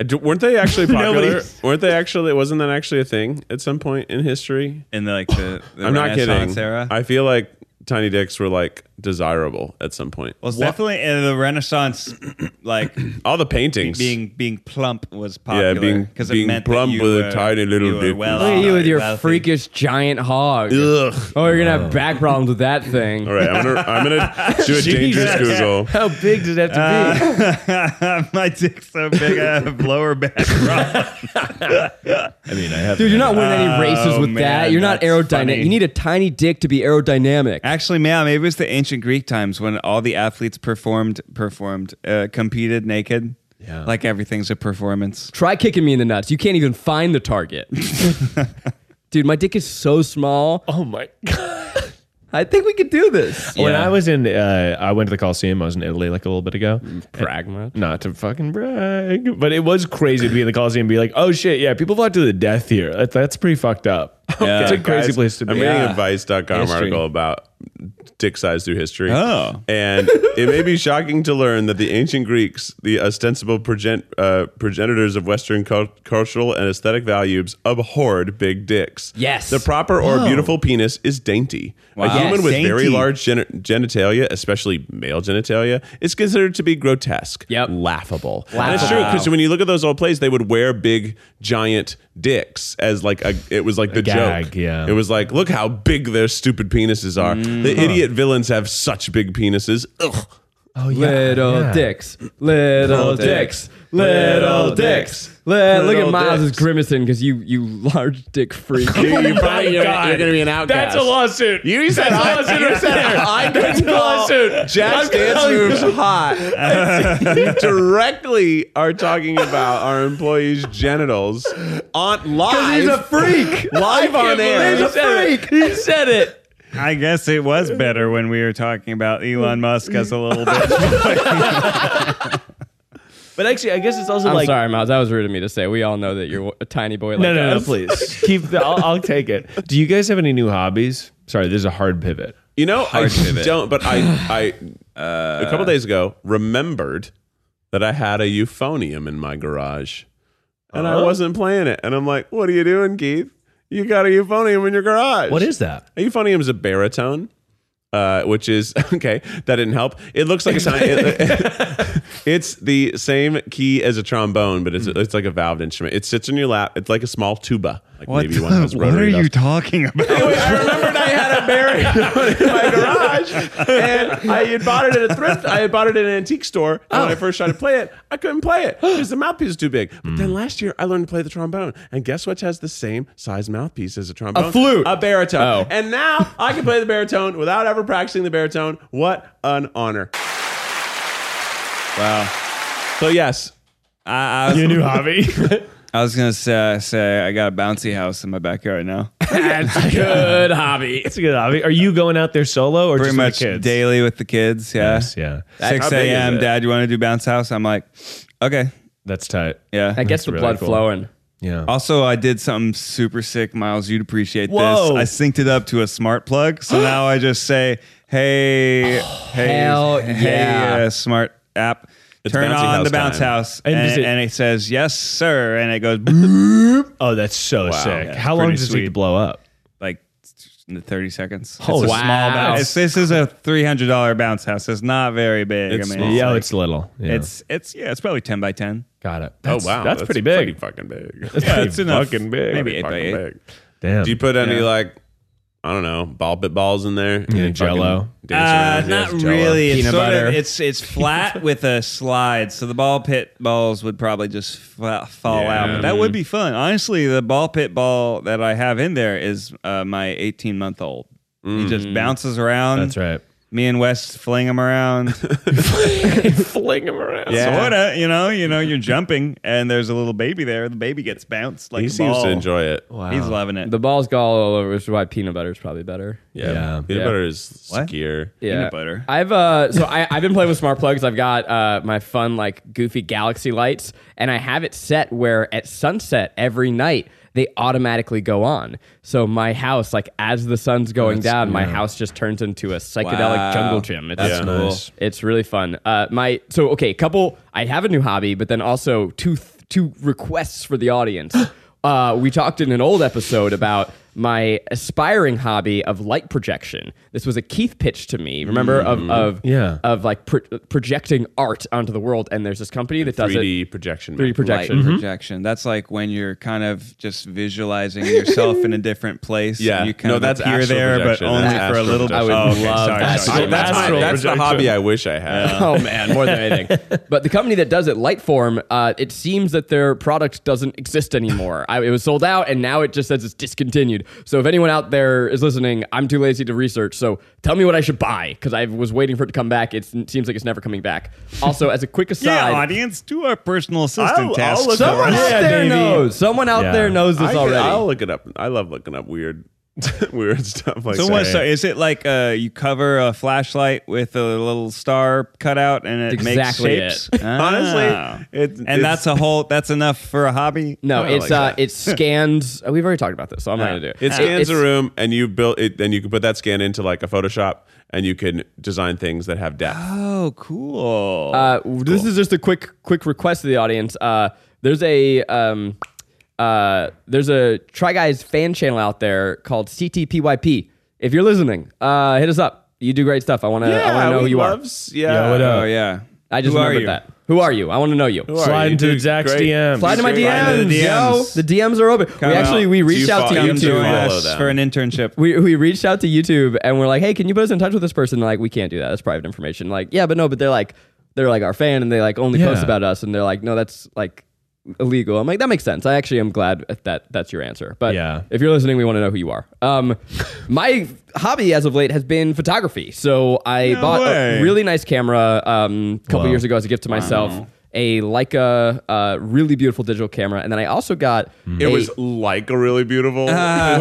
Speaker 2: Uh, d- Weren't they actually popular?
Speaker 4: Nobody-
Speaker 2: Weren't they actually? Wasn't that actually a thing at some point in history?
Speaker 3: In the, like the, the
Speaker 2: I'm not
Speaker 3: Renaissance
Speaker 2: kidding.
Speaker 3: Era?
Speaker 2: I feel like tiny dicks were like desirable at some point.
Speaker 3: well, it's definitely in the Renaissance, like
Speaker 2: All the paintings.
Speaker 3: being being plump was popular.
Speaker 2: being-
Speaker 3: 'cause it
Speaker 2: being
Speaker 3: meant that
Speaker 2: plump
Speaker 3: you
Speaker 2: with a
Speaker 3: were-
Speaker 2: tiny little
Speaker 3: you were
Speaker 2: dick.
Speaker 3: well
Speaker 5: Look at
Speaker 3: off,
Speaker 5: you with your
Speaker 3: wealthy.
Speaker 5: freakish giant hog.
Speaker 2: Ugh.
Speaker 5: Oh, you're gonna have back problems with that thing.
Speaker 2: All right, I'm gonna I'm gonna do a dangerous Google.
Speaker 4: How big does it have to be?
Speaker 3: Uh, My dick's so big, I have lower back problems.
Speaker 4: I mean, I have.
Speaker 5: Dude, you're not winning any races
Speaker 3: Oh,
Speaker 5: with
Speaker 3: man,
Speaker 5: that. You're not
Speaker 3: that's
Speaker 5: aerodynamic.
Speaker 3: funny.
Speaker 5: You need a tiny dick to be aerodynamic.
Speaker 3: Actually, man, maybe it was the ancient Greek times when all the athletes performed, performed, uh, competed naked.
Speaker 4: Yeah.
Speaker 3: Like everything's a performance.
Speaker 5: Try kicking me in the nuts. You can't even find the target. Dude, my dick is so small.
Speaker 4: Oh my god.
Speaker 5: I think we could do this.
Speaker 4: When I was in, uh, I went to the Coliseum. I was in Italy like a little bit ago.
Speaker 3: Mm.
Speaker 5: Pragma.
Speaker 4: Not to fucking brag, but it was crazy to be in the Coliseum and be like, oh shit, yeah, people fought to the death here. That, that's pretty fucked up.
Speaker 3: Yeah.
Speaker 4: it's a crazy
Speaker 2: Guys,
Speaker 4: place to be.
Speaker 2: I'm reading a Vice.com
Speaker 4: History.
Speaker 2: article about dick size through history.
Speaker 3: Oh.
Speaker 2: And it may be shocking to learn that the ancient Greeks, the ostensible progen- uh, progenitors of Western cul- cultural and aesthetic values, abhorred big dicks.
Speaker 5: Yes.
Speaker 2: The proper or beautiful penis is dainty. A
Speaker 3: Wow.
Speaker 2: human
Speaker 3: Yes.
Speaker 2: with very
Speaker 3: Dainty.
Speaker 2: large gen- genitalia, especially male genitalia, is considered to be grotesque,
Speaker 5: Yep.
Speaker 2: laughable. And it's true because when you look at those old plays, they would wear big, giant dicks as like a. It was like the
Speaker 4: gag,
Speaker 2: joke.
Speaker 4: yeah. Mm-hmm.
Speaker 2: It was like, look how big their stupid penises are. The idiot villains have such big penises. Ugh.
Speaker 4: Oh yeah,
Speaker 5: Little
Speaker 4: yeah.
Speaker 5: dicks, little dicks, little dicks. Li- Look at
Speaker 4: Little
Speaker 5: Miles is
Speaker 4: dicks.
Speaker 5: grimacing because you, you large dick freak.
Speaker 8: You're probably you're,
Speaker 4: God.
Speaker 8: you're gonna be an outcast.
Speaker 4: That's a lawsuit.
Speaker 8: You said
Speaker 4: That's a
Speaker 8: I-
Speaker 4: lawsuit
Speaker 8: you
Speaker 4: right
Speaker 8: said
Speaker 4: there.
Speaker 8: I could
Speaker 4: That's a
Speaker 8: call
Speaker 4: lawsuit.
Speaker 8: Jack's
Speaker 4: I'm
Speaker 8: dance
Speaker 4: telling you.
Speaker 8: moves hot.
Speaker 2: You directly are talking about our employees' genitals on live.
Speaker 4: He's a freak.
Speaker 2: live on air.
Speaker 4: He's a freak. He said it.
Speaker 3: I guess it was better when we were talking about Elon Musk as a little bit.
Speaker 4: But actually, I guess it's also
Speaker 5: I'm
Speaker 4: like
Speaker 5: sorry, Miles. That was rude of me to say. We all know that you're a tiny boy. Like
Speaker 4: no, no, no,
Speaker 5: us.
Speaker 4: please keep. The, I'll, I'll take it. Do you guys have any new hobbies? Sorry, this is a hard pivot.
Speaker 2: You know, I
Speaker 3: pivot.
Speaker 2: don't. But I, I,
Speaker 8: Uh,
Speaker 2: a couple days ago, remembered that I had a euphonium in my garage, and I wasn't playing it. And I'm like, "What are you doing, Keith? You got a euphonium in your garage?
Speaker 8: What is that?
Speaker 2: a euphonium? Is a baritone." Uh, which is okay. That didn't help. It looks like a sign. it- it's the same key as a trombone, but it's it's like a valved instrument. It sits in your lap. It's like a small tuba. Like maybe one of those rotary valves.
Speaker 3: talking about?
Speaker 2: Anyway, I remembered I had a baritone in my garage, and I had bought it at a thrift. I had bought it at an antique store. And when I first tried to play it, I couldn't play it because the mouthpiece is too big. But then last year, I learned to play the trombone, and guess what has the same size mouthpiece as a trombone? A
Speaker 5: flute.
Speaker 2: a baritone.
Speaker 5: Oh.
Speaker 2: And now I can play the baritone without ever practicing the baritone. What an honor!
Speaker 3: wow.
Speaker 2: So yes,
Speaker 3: I, I was,
Speaker 4: Your new hobby?
Speaker 3: I was gonna say, say I got a bouncy house in my backyard now.
Speaker 4: Good hobby. It's a good hobby. Are you going out there solo or
Speaker 3: Pretty much
Speaker 4: just
Speaker 3: uh,
Speaker 4: with the kids?
Speaker 3: daily with the kids. Yeah.
Speaker 4: Yes, yeah,
Speaker 3: Six
Speaker 2: How big is
Speaker 3: a.m.
Speaker 2: it?
Speaker 3: Dad, you want to do bounce house? I'm like, okay,
Speaker 4: that's tight.
Speaker 3: yeah.
Speaker 5: That gets the
Speaker 4: really
Speaker 5: blood
Speaker 4: cool.
Speaker 5: flowing.
Speaker 4: Yeah.
Speaker 3: Also, I did something super sick, Miles. You'd appreciate
Speaker 4: Whoa.
Speaker 3: this. I synced it up to a smart plug, so now I just say, "Hey,
Speaker 4: Oh,
Speaker 3: hey,
Speaker 5: hell
Speaker 3: hey,
Speaker 5: yeah.
Speaker 3: uh, smart app, turn
Speaker 2: bouncy
Speaker 3: on
Speaker 2: house
Speaker 3: the bounce
Speaker 2: time.
Speaker 3: house,"
Speaker 4: And
Speaker 3: and,
Speaker 4: does
Speaker 3: and
Speaker 4: it-
Speaker 3: it, says, "Yes, sir," and it goes boop,
Speaker 4: Oh, that's so sick.
Speaker 3: Yeah,
Speaker 4: How
Speaker 3: it's
Speaker 4: long
Speaker 3: pretty
Speaker 4: does it take
Speaker 3: sweet.
Speaker 4: to blow up?
Speaker 3: like in the thirty seconds.
Speaker 4: Holy
Speaker 3: it's a small
Speaker 4: wow.
Speaker 3: bounce. It's, this is a three hundred dollar bounce house. It's not very big.
Speaker 2: It's
Speaker 3: I
Speaker 2: small.
Speaker 3: mean,
Speaker 4: yeah,
Speaker 3: it's, like-
Speaker 4: it's little. Yeah.
Speaker 3: it's it's yeah, it's probably ten by ten.
Speaker 4: got it.
Speaker 2: oh
Speaker 4: That's,
Speaker 2: wow,
Speaker 4: that's, pretty big.
Speaker 2: fucking big.
Speaker 3: Yeah, it's enough.
Speaker 4: fucking big.
Speaker 3: Maybe eight by
Speaker 2: Fucking
Speaker 3: eight.
Speaker 2: big.
Speaker 4: Damn.
Speaker 2: Do you put any
Speaker 3: Yeah.
Speaker 2: like I don't know ball bit balls in there? Any
Speaker 4: Jell-O?
Speaker 2: fucking dance around?
Speaker 3: Uh,
Speaker 2: Yeah,
Speaker 3: not
Speaker 2: it's Jell-O.
Speaker 3: really. It's
Speaker 5: Peanut
Speaker 3: sort
Speaker 5: butter.
Speaker 3: of it's it's flat with a slide, so the ball pit balls would probably just fa- fall out. But that would be fun. Honestly, the ball pit ball that I have in there is uh, my 18 month old. He just bounces around.
Speaker 4: that's right.
Speaker 3: Me and Wes fling him around.
Speaker 4: Fling them around.
Speaker 3: Sorta, you know, you know, you're jumping, and there's a little baby there. The baby gets bounced like
Speaker 2: He
Speaker 3: a
Speaker 2: seems
Speaker 3: ball.
Speaker 2: to enjoy it.
Speaker 3: He's loving it.
Speaker 5: The ball's gall all over, which is why peanut butter is probably better.
Speaker 2: Yeah,
Speaker 4: Yeah.
Speaker 2: peanut
Speaker 5: Yeah.
Speaker 2: butter is
Speaker 3: What?
Speaker 2: skinnier.
Speaker 5: Yeah.
Speaker 3: Peanut butter.
Speaker 5: I've uh so I, I've been playing with smart plugs. I've got uh my fun like goofy galaxy lights, and I have it set where at sunset every night they automatically go on. So my house, like as the sun's going down, my house just turns into a psychedelic
Speaker 3: Wow.
Speaker 5: jungle gym. It's
Speaker 2: That's Yeah. cool.
Speaker 4: Nice.
Speaker 5: It's really fun. Uh my so okay, couple I have a new hobby, but then also two th- two requests for the audience. uh we talked in an old episode about my aspiring hobby of light projection. This was a Keith pitch to me. Remember of of
Speaker 4: Yeah.
Speaker 5: of like pro- projecting art onto the world. And there's this company that does it.
Speaker 2: 3D projection.
Speaker 5: 3D projection.
Speaker 3: Light Mm-hmm. projection. That's like when you're kind of just visualizing yourself in a different place.
Speaker 2: Yeah.
Speaker 3: and you kind
Speaker 2: No,
Speaker 3: of
Speaker 2: that's
Speaker 3: appear
Speaker 2: astral
Speaker 3: there,
Speaker 2: projection.
Speaker 3: but only
Speaker 2: That's
Speaker 3: for a
Speaker 2: astral
Speaker 3: little. bit. Oh,
Speaker 2: projection.
Speaker 5: I would love
Speaker 3: sorry,
Speaker 5: that.
Speaker 3: sorry,
Speaker 2: I,
Speaker 3: sorry.
Speaker 2: that's my,
Speaker 4: Astral
Speaker 2: that's the
Speaker 4: projection.
Speaker 2: hobby I wish I had.
Speaker 5: Oh man, more than anything. But the company that does it, Lightform, uh, it seems that their product doesn't exist anymore. I, it was sold out, and now it just says it's discontinued. So if anyone out there is listening, I'm too lazy to research. So tell me what I should buy because I was waiting for it to come back. It's, it seems like it's never coming back. Also, as a quick aside,
Speaker 3: Yeah, audience, do our personal assistant
Speaker 2: I'll
Speaker 3: task.
Speaker 2: look
Speaker 3: for
Speaker 2: up-
Speaker 5: someone
Speaker 3: us.
Speaker 5: out
Speaker 4: Yeah,
Speaker 5: there
Speaker 4: baby.
Speaker 5: knows. Someone out
Speaker 4: Yeah.
Speaker 5: there knows this
Speaker 2: I
Speaker 5: already.
Speaker 2: will look it up. I love looking up weird, weird stuff like
Speaker 3: So
Speaker 2: that.
Speaker 3: what? So is it like uh, you cover a flashlight with a little star cutout and it
Speaker 5: Exactly
Speaker 3: makes shapes?
Speaker 5: it.
Speaker 2: Honestly,
Speaker 3: Ah.
Speaker 2: it-
Speaker 3: and
Speaker 2: it's-
Speaker 3: that's a whole. That's enough for a hobby.
Speaker 5: No,
Speaker 2: I like
Speaker 5: it's uh,
Speaker 2: that.
Speaker 5: it scans. uh, We've already talked about this, so I'm not gonna do it.
Speaker 2: It
Speaker 5: Uh,
Speaker 2: scans
Speaker 5: it's-
Speaker 2: a room, and you build it, and you can put that scan into like a Photoshop, and you can design things that have depth.
Speaker 3: Oh, cool.
Speaker 5: Uh, This is just a quick quick request to the audience. Uh, there's a um, uh, there's a Try Guys fan channel out there called CTPYP. If you're listening, uh, hit us up. You do great stuff. I wanna I wanna know who
Speaker 2: we
Speaker 5: you
Speaker 2: love
Speaker 5: are.
Speaker 2: s- Yeah,
Speaker 4: Yeah, what up?
Speaker 3: oh yeah.
Speaker 5: I just
Speaker 4: Who are
Speaker 5: remembered
Speaker 4: you?
Speaker 5: that. Who are you? I want to know you.
Speaker 4: Who are Slide you? into Dude, Zach's great. DMs.
Speaker 5: Slide into my
Speaker 4: Slide
Speaker 5: DMs.
Speaker 4: into the
Speaker 5: Yo,
Speaker 4: DMs.
Speaker 5: the DMs are open.
Speaker 3: Come
Speaker 5: we actually
Speaker 3: out.
Speaker 5: we
Speaker 3: Do
Speaker 5: reached
Speaker 3: Oh, you
Speaker 5: out to
Speaker 3: follow- Come join us
Speaker 5: YouTube
Speaker 3: for an internship.
Speaker 5: We, we reached out to YouTube and we're like, hey, can you put us in touch with this person? And they're like, we can't do that. That's private information. Like, yeah, but no, but they're like, they're like our fan and they like only post
Speaker 4: Yeah.
Speaker 5: about us and they're like, no, that's like illegal. I'm like, that makes sense. I actually am glad that that's your answer. But
Speaker 4: Yeah.
Speaker 5: if you're listening, we want to know who you are. Um, my hobby as of late has been photography. So I
Speaker 4: No
Speaker 5: bought
Speaker 4: way.
Speaker 5: a really nice camera um, a couple
Speaker 4: Wow.
Speaker 5: years ago as a gift to myself.
Speaker 4: Wow.
Speaker 5: A Leica, uh, really beautiful digital camera, and then I also got.
Speaker 2: It was like a really beautiful.
Speaker 5: Leica,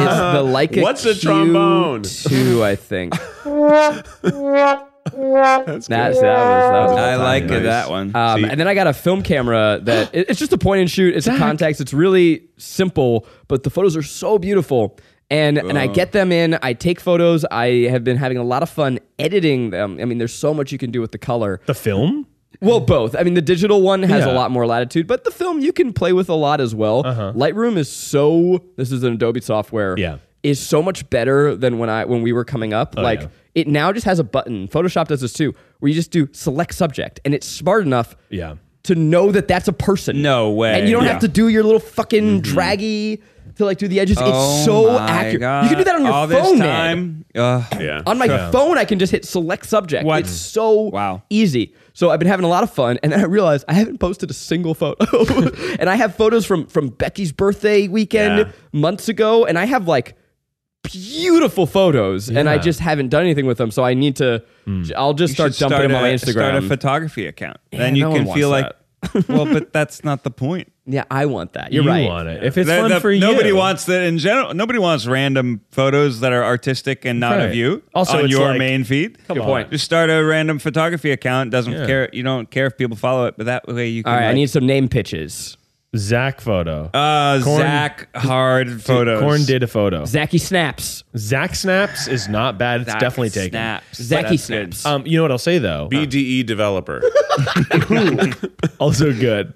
Speaker 5: really. it's the Leica.
Speaker 2: What's a trombone?
Speaker 5: Two, I think.
Speaker 10: That's
Speaker 5: That's, that was, that was
Speaker 3: I
Speaker 5: a good
Speaker 3: like
Speaker 5: time.
Speaker 3: it, that one.
Speaker 5: Um, and then I got a film camera that it- it's just a point and shoot. It's a context. It's really simple, but the photos are so beautiful. And and I
Speaker 4: Oh.
Speaker 5: get them in. I take photos. I have been having a lot of fun editing them. I mean, there's so much you can do with the color.
Speaker 4: The film.
Speaker 5: Well, both. I mean, the digital one has
Speaker 4: Yeah. Uh-huh.
Speaker 5: a lot more latitude, but the film you can play with a lot as well. Lightroom is so. This is an Adobe software. Yeah. Is so much better than when I when we were coming up.
Speaker 4: Oh,
Speaker 5: like
Speaker 4: yeah.
Speaker 5: it now just has a button. Photoshop does this too, where you just do select subject, and it's smart enough.
Speaker 4: Yeah.
Speaker 5: To know that that's a person.
Speaker 3: No way.
Speaker 5: And you don't
Speaker 3: Yeah.
Speaker 5: have to do your little fucking draggy to like do the edges.
Speaker 3: Oh
Speaker 5: it's so
Speaker 3: my
Speaker 5: accurate.
Speaker 3: God.
Speaker 5: You can do that on your
Speaker 3: All
Speaker 5: phone.
Speaker 3: this
Speaker 5: Ned.
Speaker 3: time. yeah.
Speaker 5: On my phone, I can just hit select subject. It's so easy. So I've been having a lot of fun, and then I realized I haven't posted a single photo, and I have photos from from Becky's birthday weekend
Speaker 4: Yeah.
Speaker 5: months ago, and I have like beautiful photos, and I
Speaker 3: Yeah. Hmm.
Speaker 5: just haven't done anything with them. So I need to. I'll just start
Speaker 3: should
Speaker 5: dumping
Speaker 3: start
Speaker 5: them on my
Speaker 3: a-
Speaker 5: Instagram.
Speaker 3: start a photography account.
Speaker 5: Yeah,
Speaker 3: then you
Speaker 5: no one
Speaker 3: can
Speaker 5: wants
Speaker 3: feel
Speaker 5: that.
Speaker 3: like, well, but that's not the point.
Speaker 5: Yeah, I want that. You're
Speaker 3: You
Speaker 5: right.
Speaker 3: want it.
Speaker 4: If it's
Speaker 3: That-
Speaker 4: fun
Speaker 3: that-
Speaker 4: for you.
Speaker 3: nobody wants that in general. Nobody wants random photos that are artistic and not
Speaker 4: Right.
Speaker 3: of you
Speaker 4: Also,
Speaker 3: on
Speaker 4: it's
Speaker 3: your
Speaker 4: like-
Speaker 3: main feed.
Speaker 4: Come Good on. point.
Speaker 3: Just start a random photography account. Doesn't
Speaker 4: Yeah.
Speaker 3: care. You don't care if people follow it, but that way you can.
Speaker 5: All right, I
Speaker 3: like-
Speaker 5: need some name pitches.
Speaker 4: Zach photo.
Speaker 3: Uh, Zach hard photos.
Speaker 4: Corn did a photo.
Speaker 5: Zachy snaps.
Speaker 4: Zach snaps is not bad. It's
Speaker 2: Zach
Speaker 4: definitely taken.
Speaker 2: snaps.
Speaker 4: But
Speaker 2: Zachy
Speaker 4: that's
Speaker 2: snaps.
Speaker 4: good. Um, you know what I'll say though.
Speaker 2: BDE E developer.
Speaker 4: also good.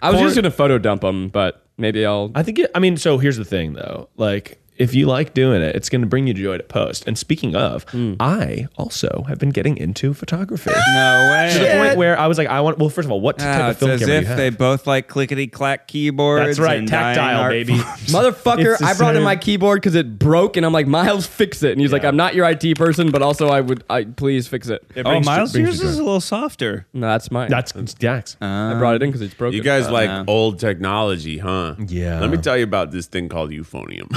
Speaker 5: I was just gonna photo dump them, but maybe I'll.
Speaker 4: I think. It, I mean, so here's the thing, though. Like, if you like doing it, it's going to bring you joy to post. And speaking of, I also have been getting into photography.
Speaker 3: No way.
Speaker 4: To the point where I was like, I want. Well, first of all, what type
Speaker 3: Ah,
Speaker 4: of film
Speaker 3: it's as
Speaker 4: camera do
Speaker 3: if
Speaker 4: you have?
Speaker 3: they both like clickety clack keyboards.
Speaker 4: That's right,
Speaker 3: and dying
Speaker 4: tactile,
Speaker 3: art
Speaker 4: baby.
Speaker 3: forms.
Speaker 5: Motherfucker,
Speaker 4: It's the
Speaker 5: I brought in
Speaker 4: same.
Speaker 5: my keyboard because it broke, and I'm like, Miles, fix it. And he's like, I'm not your IT person, but also I would, I please fix it.
Speaker 3: oh, Miles, yours is Uh. a little softer.
Speaker 5: No, that's mine.
Speaker 4: That's Dax.
Speaker 5: I brought it in because it's broken.
Speaker 2: You guys
Speaker 5: Uh,
Speaker 2: like
Speaker 5: no.
Speaker 2: old technology, huh?
Speaker 4: Yeah.
Speaker 2: Let me tell you about this thing called euphonium.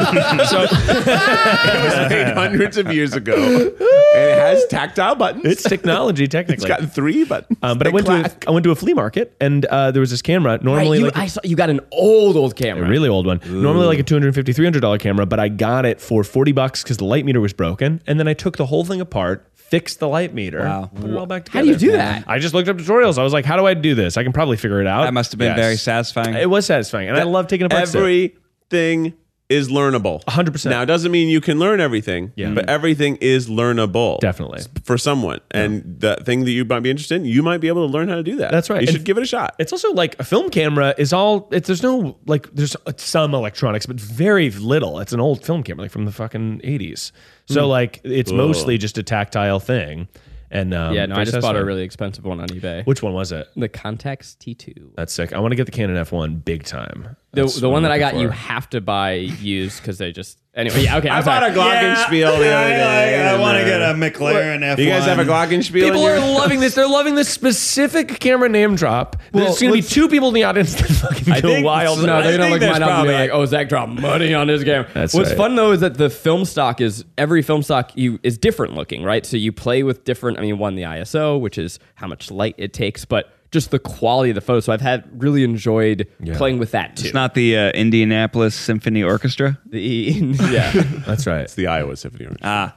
Speaker 4: Nope.
Speaker 2: so it was made hundreds of years ago, and it has tactile buttons.
Speaker 4: It's technology, technically.
Speaker 2: It's got three buttons.
Speaker 4: Um, but I
Speaker 2: They
Speaker 4: went
Speaker 2: clack.
Speaker 4: to a, I went to a flea market and uh, there was this camera.
Speaker 5: Right,
Speaker 4: Normally,
Speaker 5: you,
Speaker 4: like
Speaker 5: I saw, you got an old, old camera.
Speaker 4: a really old one. Normally like a 250 300 dollar camera, but I got it for 40 bucks cuz the light meter was broken and then I took the whole thing apart, fixed the light meter, put it all back together.
Speaker 5: How do you do that?
Speaker 4: I just looked up tutorials. I was like, how do I do this? I can probably figure it out.
Speaker 3: That must have been
Speaker 4: Yes.
Speaker 3: very satisfying.
Speaker 4: It was satisfying. And I love taking apart stuff.
Speaker 2: Everything is learnable.
Speaker 4: 100%.
Speaker 2: Now, it doesn't mean you can learn everything,
Speaker 4: Yeah.
Speaker 2: but everything is learnable.
Speaker 4: Definitely.
Speaker 2: For someone. And the thing that you might be interested in, you might be able to learn how to do that.
Speaker 4: That's right.
Speaker 2: You
Speaker 4: And
Speaker 2: should give it a shot.
Speaker 4: It's also like a film camera is all. It's there's no like there's some electronics, but very little. It's an old film camera, like from the fucking eighties. So
Speaker 5: Mm.
Speaker 4: like it's
Speaker 5: Whoa.
Speaker 4: mostly just a tactile thing. And um,
Speaker 5: yeah, no, I
Speaker 4: very
Speaker 5: just bought a
Speaker 4: satisfying.
Speaker 5: really expensive one on eBay.
Speaker 4: Which one was it?
Speaker 5: The Contax T2.
Speaker 4: That's sick. I want to get the Canon F one big time.
Speaker 5: The,
Speaker 4: That's
Speaker 5: the
Speaker 4: what
Speaker 5: one
Speaker 4: I'm
Speaker 5: that I got,
Speaker 4: looking
Speaker 5: you
Speaker 4: for.
Speaker 5: have to buy used because they just. Anyway, yeah, okay.
Speaker 2: I
Speaker 5: I'm
Speaker 2: bought
Speaker 5: sorry.
Speaker 2: a Glockenspiel the other day.
Speaker 3: I, want to
Speaker 2: and,
Speaker 3: get
Speaker 2: uh,
Speaker 3: a McLaren F1.
Speaker 2: You guys have a Glockenspiel?
Speaker 4: People
Speaker 2: in
Speaker 4: are
Speaker 2: your-
Speaker 4: loving this. They're loving this specific camera name drop.
Speaker 5: Well,
Speaker 4: There's going to be
Speaker 5: let's-
Speaker 4: two people in the audience that fucking
Speaker 5: I
Speaker 4: go
Speaker 5: think-
Speaker 4: wild.
Speaker 5: No,
Speaker 4: I
Speaker 5: they're gonna
Speaker 4: think
Speaker 5: look
Speaker 4: there's
Speaker 5: mine up and be
Speaker 4: probably-
Speaker 5: like, "Oh, Zach dropped money on his game."
Speaker 4: That's
Speaker 5: What's
Speaker 4: right.
Speaker 5: fun though is that the film stock is every film stock you is different looking, right? So you play with different. I mean, one the ISO, which is how much light it takes, but just the quality of the photo. So I've had really enjoyed playing with that too.
Speaker 3: It's not the uh, Indianapolis Symphony Orchestra.
Speaker 5: the yeah,
Speaker 4: That's right. It's
Speaker 2: the Iowa Symphony Orchestra.
Speaker 3: Ah,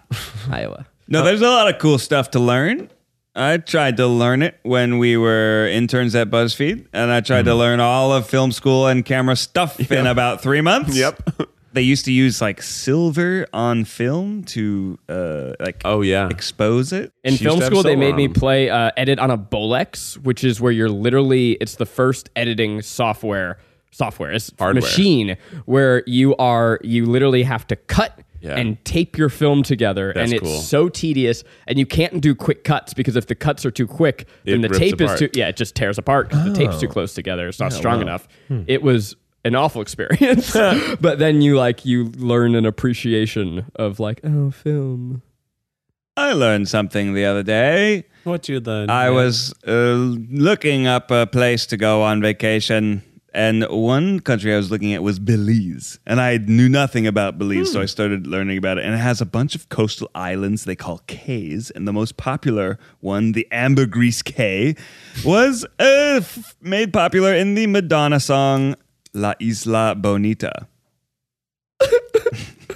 Speaker 5: Iowa.
Speaker 3: no, there's a lot of cool stuff to learn. I tried to learn it when we were interns at BuzzFeed, and I tried to learn all of film school and camera stuff in about three months. Yep. They used to use like silver on film to uh, like
Speaker 2: oh yeah
Speaker 3: expose it
Speaker 5: In film school, they made me play uh, edit on a Bolex, which is where you're literally it's the first editing software software it's
Speaker 2: Hardware.
Speaker 5: machine where you are you literally have to cut
Speaker 2: Yeah.
Speaker 5: and tape your film together.
Speaker 2: That's
Speaker 5: and it's
Speaker 2: cool.
Speaker 5: so tedious, and you can't do quick cuts because if the cuts are too quick, then
Speaker 2: It
Speaker 5: the
Speaker 2: rips
Speaker 5: tape
Speaker 2: apart.
Speaker 5: is too yeah, it just tears apart because the tape's too close together. It's not
Speaker 2: Yeah,
Speaker 5: strong
Speaker 2: wow. Hmm.
Speaker 5: enough. It was an awful experience, but then you like you learn an appreciation of like oh film.
Speaker 3: I learned something the other day.
Speaker 2: What you learn?
Speaker 3: I was uh, looking up a place to go on vacation, and one country I was looking at was Belize, and I knew nothing about Belize,
Speaker 2: Hmm.
Speaker 3: so I started learning about it. And it has a bunch of coastal islands they call Cays, and the most popular one, the Ambergris Cay, was uh, f- made popular in the Madonna song "La Isla Bonita."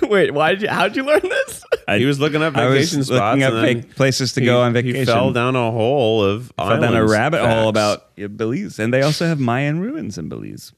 Speaker 5: Wait, why did you? How'd you learn this?
Speaker 3: I-
Speaker 2: he was looking up
Speaker 3: I was
Speaker 2: vacation spots.
Speaker 3: looking up
Speaker 2: and then
Speaker 3: vac- places to
Speaker 2: he-
Speaker 3: go on vacation.
Speaker 2: He fell down a hole of
Speaker 3: fell down a
Speaker 2: islands
Speaker 3: rabbit hole
Speaker 2: facts.
Speaker 3: about yeah, Belize, and they also have Mayan ruins in Belize.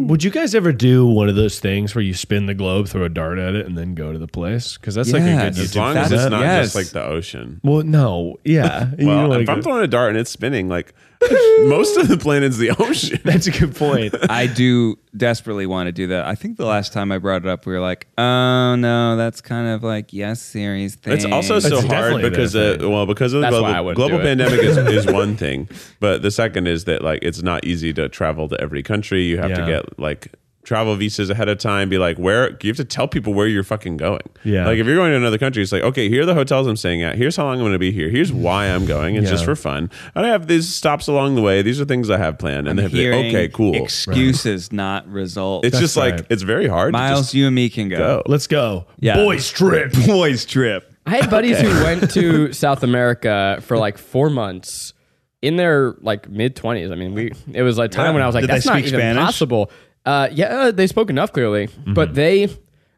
Speaker 4: Would you guys ever do one of those things where you spin the globe, throw a dart at it, and then go to the place? Because that's like a
Speaker 3: Yes.
Speaker 4: good.
Speaker 2: as
Speaker 4: YouTube
Speaker 2: long as
Speaker 4: video.
Speaker 3: That's-
Speaker 2: it's not
Speaker 3: yes.
Speaker 2: just like the ocean.
Speaker 4: Well, no, yeah. You don't
Speaker 2: Well,
Speaker 4: wanna
Speaker 2: if I'm
Speaker 4: go-
Speaker 2: throwing a dart and it's spinning, like most of the planet's the ocean.
Speaker 4: that's a good point.
Speaker 3: I do desperately want to do that. I think the last time I brought it up, we were like, "Oh no, that's kind of like yes series thing."
Speaker 2: It's also so
Speaker 4: It's
Speaker 2: hard
Speaker 4: definitely their
Speaker 2: because uh,
Speaker 4: thing.
Speaker 2: well because of the
Speaker 5: That's why I
Speaker 2: global,
Speaker 5: wouldn't
Speaker 2: global
Speaker 5: do it.
Speaker 2: pandemic is, is one thing, but the second is that like it's not easy to travel to every country. You have to
Speaker 4: Yeah.
Speaker 2: get like travel visas ahead of time. Be like where you have to tell people where you're fucking going.
Speaker 4: Yeah.
Speaker 2: like if you're going to another country, it's like okay, here are the hotels I'm staying at. Here's how long I'm going to be here. Here's why I'm going. It's
Speaker 4: Yeah.
Speaker 2: just for fun. And I have these stops along the way. These are things I have planned. And they have to,
Speaker 3: Hearing
Speaker 2: okay, cool.
Speaker 3: Excuses, not results.
Speaker 2: it's just
Speaker 4: right.
Speaker 2: like it's very hard.
Speaker 3: Miles,
Speaker 2: to just
Speaker 3: you and me can go.
Speaker 2: go.
Speaker 4: Let's go.
Speaker 3: Yeah.
Speaker 4: Boys trip.
Speaker 3: Boys trip.
Speaker 5: I had buddies who went to South America for like four months in their like mid twenties. I mean, we it was like time when I was like,
Speaker 3: Did they
Speaker 5: that's not
Speaker 3: speak
Speaker 5: even
Speaker 3: Spanish?
Speaker 5: possible. Uh, yeah, they spoke enough clearly, but they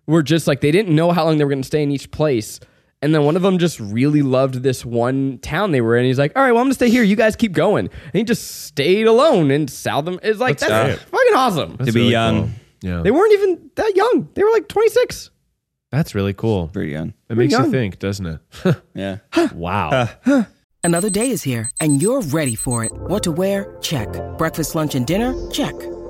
Speaker 5: were just like they didn't know how long they were going to stay in each place. And then one of them just really loved this one town they were in. He's like, "All right, well, I'm gonna stay here. You guys keep going." And he just stayed alone in South. Am- It's like that's, fucking awesome.
Speaker 3: to be young,
Speaker 4: Yeah,
Speaker 5: They weren't even that young. They were like 26.
Speaker 4: that's really cool.
Speaker 3: pretty young.
Speaker 4: It makes
Speaker 5: young.
Speaker 4: you think, doesn't
Speaker 3: Yeah.
Speaker 4: it? wow.
Speaker 10: Another day is here, and you're ready for it. What to wear? Check. Breakfast, lunch, and dinner? Check.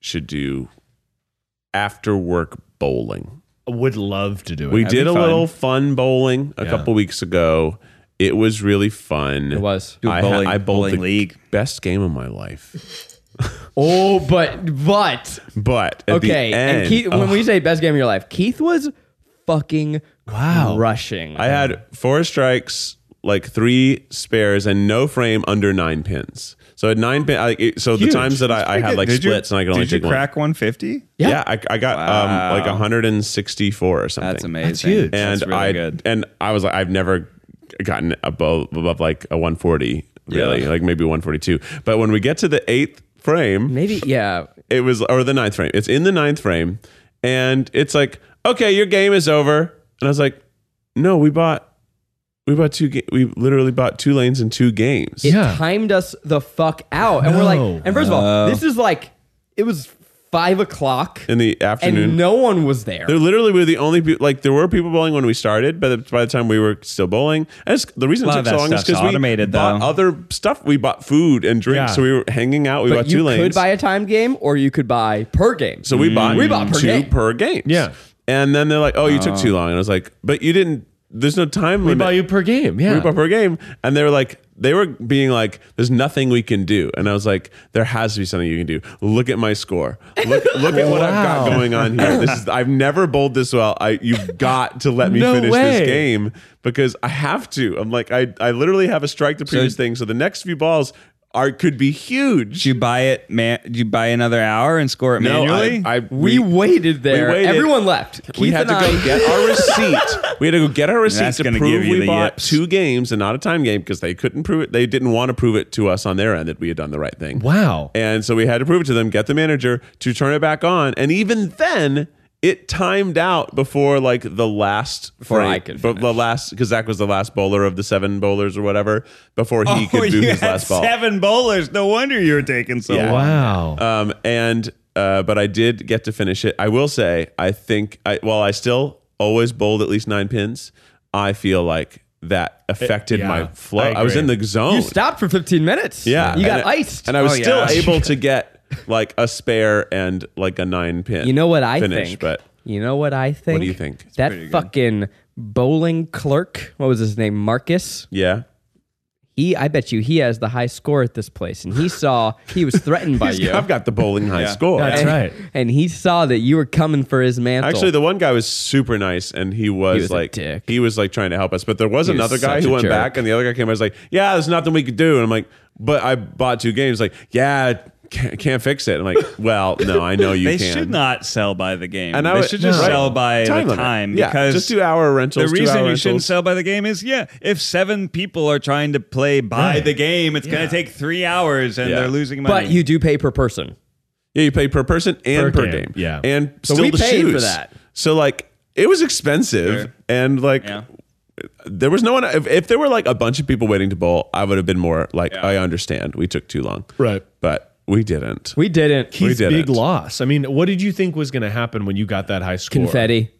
Speaker 2: should do after work bowling.
Speaker 4: Would love to do it.
Speaker 2: We
Speaker 3: That'd
Speaker 2: did
Speaker 3: be
Speaker 2: a
Speaker 3: fun.
Speaker 2: little fun bowling a
Speaker 4: Yeah.
Speaker 2: couple weeks ago. It was really fun.
Speaker 5: It was.
Speaker 3: Do a
Speaker 2: I,
Speaker 3: bowling-
Speaker 2: I bowled
Speaker 3: bowling
Speaker 2: the
Speaker 3: league.
Speaker 2: best game of my life.
Speaker 5: Oh, but but
Speaker 2: But at
Speaker 5: okay.
Speaker 2: the
Speaker 5: and
Speaker 2: end,
Speaker 5: Keith, when
Speaker 2: oh,
Speaker 5: we say best game of your life, Keith was fucking wow rushing.
Speaker 2: I had four strikes, like three spares, and no frame under nine pins. So at nine pin, I, it- so the times that I, I had like
Speaker 3: Did you-
Speaker 2: splits and I could only
Speaker 3: did you
Speaker 2: take one.
Speaker 3: crack 150?
Speaker 2: Yeah, I, I got
Speaker 3: Wow.
Speaker 2: um, like 164 or something.
Speaker 3: That's amazing.
Speaker 4: huge.
Speaker 2: and
Speaker 3: That's really
Speaker 2: I
Speaker 3: good.
Speaker 2: and I was like, I've never gotten above above like a 140, really,
Speaker 3: Yeah.
Speaker 2: like maybe 142. But when we get to the eighth frame,
Speaker 5: maybe yeah.
Speaker 2: it was or the ninth frame. It's in the ninth frame, and it's like, okay, your game is over. And I was like, no, we bought. We bought two. Ga- we literally bought two lanes in two games.
Speaker 5: It
Speaker 4: Yeah.
Speaker 5: timed us the fuck out, and we're
Speaker 4: No.
Speaker 5: like, and first of all, this is like it was five o'clock,
Speaker 2: in the afternoon.
Speaker 5: and no one was there.
Speaker 2: There literally were the only people. Like there were people bowling when we started, but by the time we were still bowling, and it's, the reason
Speaker 3: A
Speaker 2: it
Speaker 3: lot
Speaker 2: took
Speaker 3: of
Speaker 2: so
Speaker 3: that
Speaker 2: long is
Speaker 3: stuff's
Speaker 2: because we
Speaker 3: automated,
Speaker 2: bought
Speaker 3: though.
Speaker 2: other stuff. We bought food and drinks,
Speaker 4: Yeah.
Speaker 2: so we were hanging out. We
Speaker 5: but
Speaker 2: bought
Speaker 5: you
Speaker 2: two lanes,
Speaker 5: could buy a timed game, or you could buy per game.
Speaker 2: so we bought
Speaker 5: we bought per
Speaker 2: two
Speaker 5: game.
Speaker 2: per game.
Speaker 4: Yeah.
Speaker 2: and then they're like, "Oh, you took too long," and I was like, "But you didn't. There's no time
Speaker 4: we
Speaker 2: limit.
Speaker 4: buy you per game. Yeah.
Speaker 2: We bought per game." And they were like. They were being like, "There's nothing we can do," and I was like, "There has to be something you can do. Look at my score. Look, look at what I've got going on here. This is I've never bowled this well. I you've got to let me
Speaker 4: No
Speaker 2: finish
Speaker 4: way.
Speaker 2: this game because I have to. I'm like, I I literally have a strike the previous thing, so the next few balls are could be huge.
Speaker 3: Did you buy it, man? Did you buy another hour and score it
Speaker 2: No, I-
Speaker 3: manually?
Speaker 2: I-
Speaker 5: we, waited there.
Speaker 2: waited.
Speaker 5: Everyone left. Keith
Speaker 2: we had
Speaker 5: and
Speaker 2: to
Speaker 5: I,
Speaker 2: go get our receipt. We had to go get our receipt
Speaker 3: That's
Speaker 2: to
Speaker 3: gonna
Speaker 2: prove
Speaker 3: give you
Speaker 2: we
Speaker 3: the
Speaker 2: bought
Speaker 3: yips.
Speaker 2: two games and not a time game because they couldn't prove it. They didn't want to prove it to us on their end that we had done the right thing.
Speaker 4: Wow.
Speaker 2: And so we had to prove it to them, get the manager to turn it back on. And even then, it timed out before like the last
Speaker 5: Before
Speaker 2: frame-
Speaker 5: I could
Speaker 2: but the last because Zach was the last bowler of the seven bowlers or whatever before he
Speaker 3: Oh,
Speaker 2: could do
Speaker 3: you
Speaker 2: his
Speaker 3: had
Speaker 2: last ball.
Speaker 3: Seven bowlers. No wonder you were taking so long.
Speaker 2: Wow. Um, and uh, but I did get to finish it. I will say, I think I while I still always bowled at least nine pins, I feel like that affected
Speaker 5: yeah,
Speaker 2: my flow.
Speaker 5: I
Speaker 2: I, was in
Speaker 5: agree.
Speaker 2: the zone.
Speaker 5: You stopped for 15 minutes.
Speaker 2: yeah,
Speaker 5: You got
Speaker 2: and I-
Speaker 5: iced.
Speaker 2: and I was
Speaker 5: Oh,
Speaker 2: still
Speaker 5: yeah.
Speaker 2: able to get like a spare and like a nine pin.
Speaker 5: You know what I
Speaker 2: finish,
Speaker 5: think?
Speaker 2: But
Speaker 5: You know what I think?
Speaker 2: do you think? It's
Speaker 5: That
Speaker 2: pretty good.
Speaker 5: fucking bowling clerk, what was his name? Marcus?
Speaker 2: Yeah.
Speaker 5: He, I bet you he has the high score at this place. And he saw, he was threatened by
Speaker 2: He's-
Speaker 5: you.
Speaker 2: I've got the bowling high score. That's
Speaker 5: And-
Speaker 2: right.
Speaker 5: And he saw that you were coming for his mantle.
Speaker 2: Actually, the one guy was super nice, and he was,
Speaker 5: was a
Speaker 2: like, he was like trying to help us. But there was
Speaker 5: He was
Speaker 2: another guy
Speaker 5: such
Speaker 2: who
Speaker 5: a
Speaker 2: went
Speaker 5: jerk.
Speaker 2: back, and the other guy came. I was like, "Yeah, there's nothing we could do." And I'm like, "But I bought two games." Like, yeah, can't, can't fix it. I'm like, "Well, no, I know you
Speaker 3: they
Speaker 2: can."
Speaker 3: should not sell by the game.
Speaker 2: And
Speaker 3: And
Speaker 2: I
Speaker 3: I they
Speaker 2: would-
Speaker 3: should just
Speaker 2: Right.
Speaker 3: sell by
Speaker 2: Time
Speaker 3: the
Speaker 2: limit.
Speaker 3: time
Speaker 2: Yeah,
Speaker 3: because
Speaker 2: just do hour rentals,
Speaker 3: The
Speaker 2: two
Speaker 3: reason
Speaker 2: hour
Speaker 3: you shouldn't
Speaker 2: rentals.
Speaker 3: sell by the game is yeah, if seven people are trying to play by
Speaker 5: Right.
Speaker 3: the game, it's going
Speaker 5: Yeah.
Speaker 3: to take three hours and
Speaker 5: Yeah.
Speaker 3: they're losing money.
Speaker 5: But you do pay per person.
Speaker 2: Yeah, you pay per person and per,
Speaker 5: Per
Speaker 2: game.
Speaker 5: game, yeah.
Speaker 2: and
Speaker 5: So
Speaker 2: still
Speaker 5: we
Speaker 2: the
Speaker 5: paid for
Speaker 2: shoes.
Speaker 5: that.
Speaker 2: So like, it was expensive, and like. There was no one. If, if there were like a bunch of people waiting to bowl, I would have been more like, I understand. We took too long,
Speaker 11: Right.
Speaker 2: But we didn't.
Speaker 5: We didn't.
Speaker 11: Keith's
Speaker 2: We didn't.
Speaker 11: big loss. I mean, what did you think was going to happen when you got that high score?
Speaker 5: Confetti.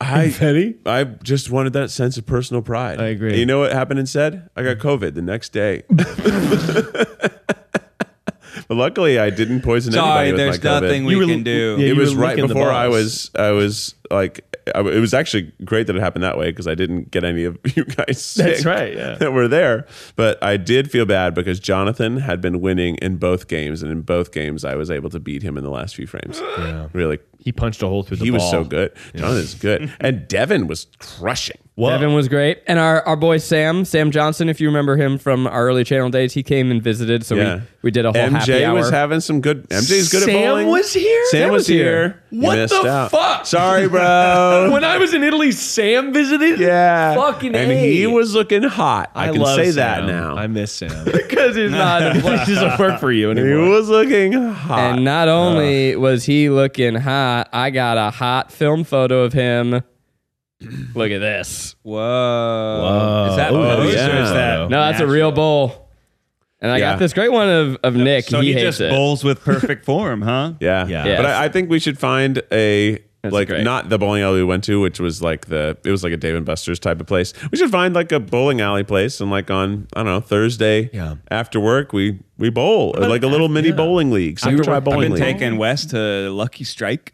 Speaker 2: I, I just wanted that sense of personal pride. I agree. you know what happened instead? I got COVID the next day. but luckily, I didn't poison
Speaker 3: Sorry,
Speaker 2: anybody. with
Speaker 3: there's
Speaker 2: my COVID.
Speaker 3: nothing we You were- can do. yeah,
Speaker 2: it
Speaker 3: you
Speaker 2: was
Speaker 3: were
Speaker 2: right
Speaker 3: licking the
Speaker 2: before I was.
Speaker 3: balls.
Speaker 2: I was like, I, it was actually great that it happened that way because I didn't get any of you guys. Sick
Speaker 11: That's right, yeah.
Speaker 2: that were there. But I did feel bad because Jonathan had been winning in both games, and in both games, I was able to beat him in the last few frames. Yeah, really.
Speaker 11: He punched a hole through the
Speaker 2: He was
Speaker 11: ball.
Speaker 2: so good. Jonathan's good, and Devin was crushing.
Speaker 5: Devin was great. And our, our boy Sam, Sam Johnson, if you remember him from our early channel days, he came and visited. So
Speaker 2: Yeah.
Speaker 5: we, we did a whole
Speaker 2: MJ
Speaker 5: happy hour.
Speaker 2: was having some good. MJ's good at
Speaker 4: Sam
Speaker 2: bowling.
Speaker 4: was here?
Speaker 2: Sam,
Speaker 4: Sam
Speaker 2: was
Speaker 4: was
Speaker 2: here.
Speaker 4: here.
Speaker 2: You
Speaker 4: What the
Speaker 2: missed out.
Speaker 4: fuck?
Speaker 2: Sorry, bro.
Speaker 4: when I was in Italy, Sam visited.
Speaker 2: Yeah,
Speaker 4: fucking
Speaker 2: and
Speaker 4: A.
Speaker 2: he was looking hot. I,
Speaker 11: I
Speaker 2: can
Speaker 11: love
Speaker 2: say that
Speaker 11: Sam.
Speaker 2: now. I
Speaker 11: miss Sam.
Speaker 4: because he's
Speaker 11: not- he doesn't work for you anymore.
Speaker 2: He was looking hot.
Speaker 5: And not only was he looking hot, I got a hot film photo of him. Look at this.
Speaker 3: Whoa.
Speaker 2: Oh,
Speaker 3: Is that posed or is that
Speaker 5: No, that's a
Speaker 3: natural?
Speaker 5: real bowl. And I
Speaker 3: Yeah.
Speaker 5: got this great one of, of Nick.
Speaker 3: So
Speaker 5: he,
Speaker 3: he,
Speaker 5: hates
Speaker 3: just
Speaker 5: it.
Speaker 3: bowls with perfect form, huh?
Speaker 2: Yeah.
Speaker 5: Yes.
Speaker 2: But I, I think we should find a like
Speaker 5: great.
Speaker 2: not the bowling alley we went to, which was like the it was like a Dave and Buster's type of place. We should find like a bowling alley place and like on I don't know Thursday after work we we bowl or like a little mini bowling league. Some
Speaker 3: I've
Speaker 2: try bowling
Speaker 3: been
Speaker 2: league.
Speaker 3: taking West to Lucky Strike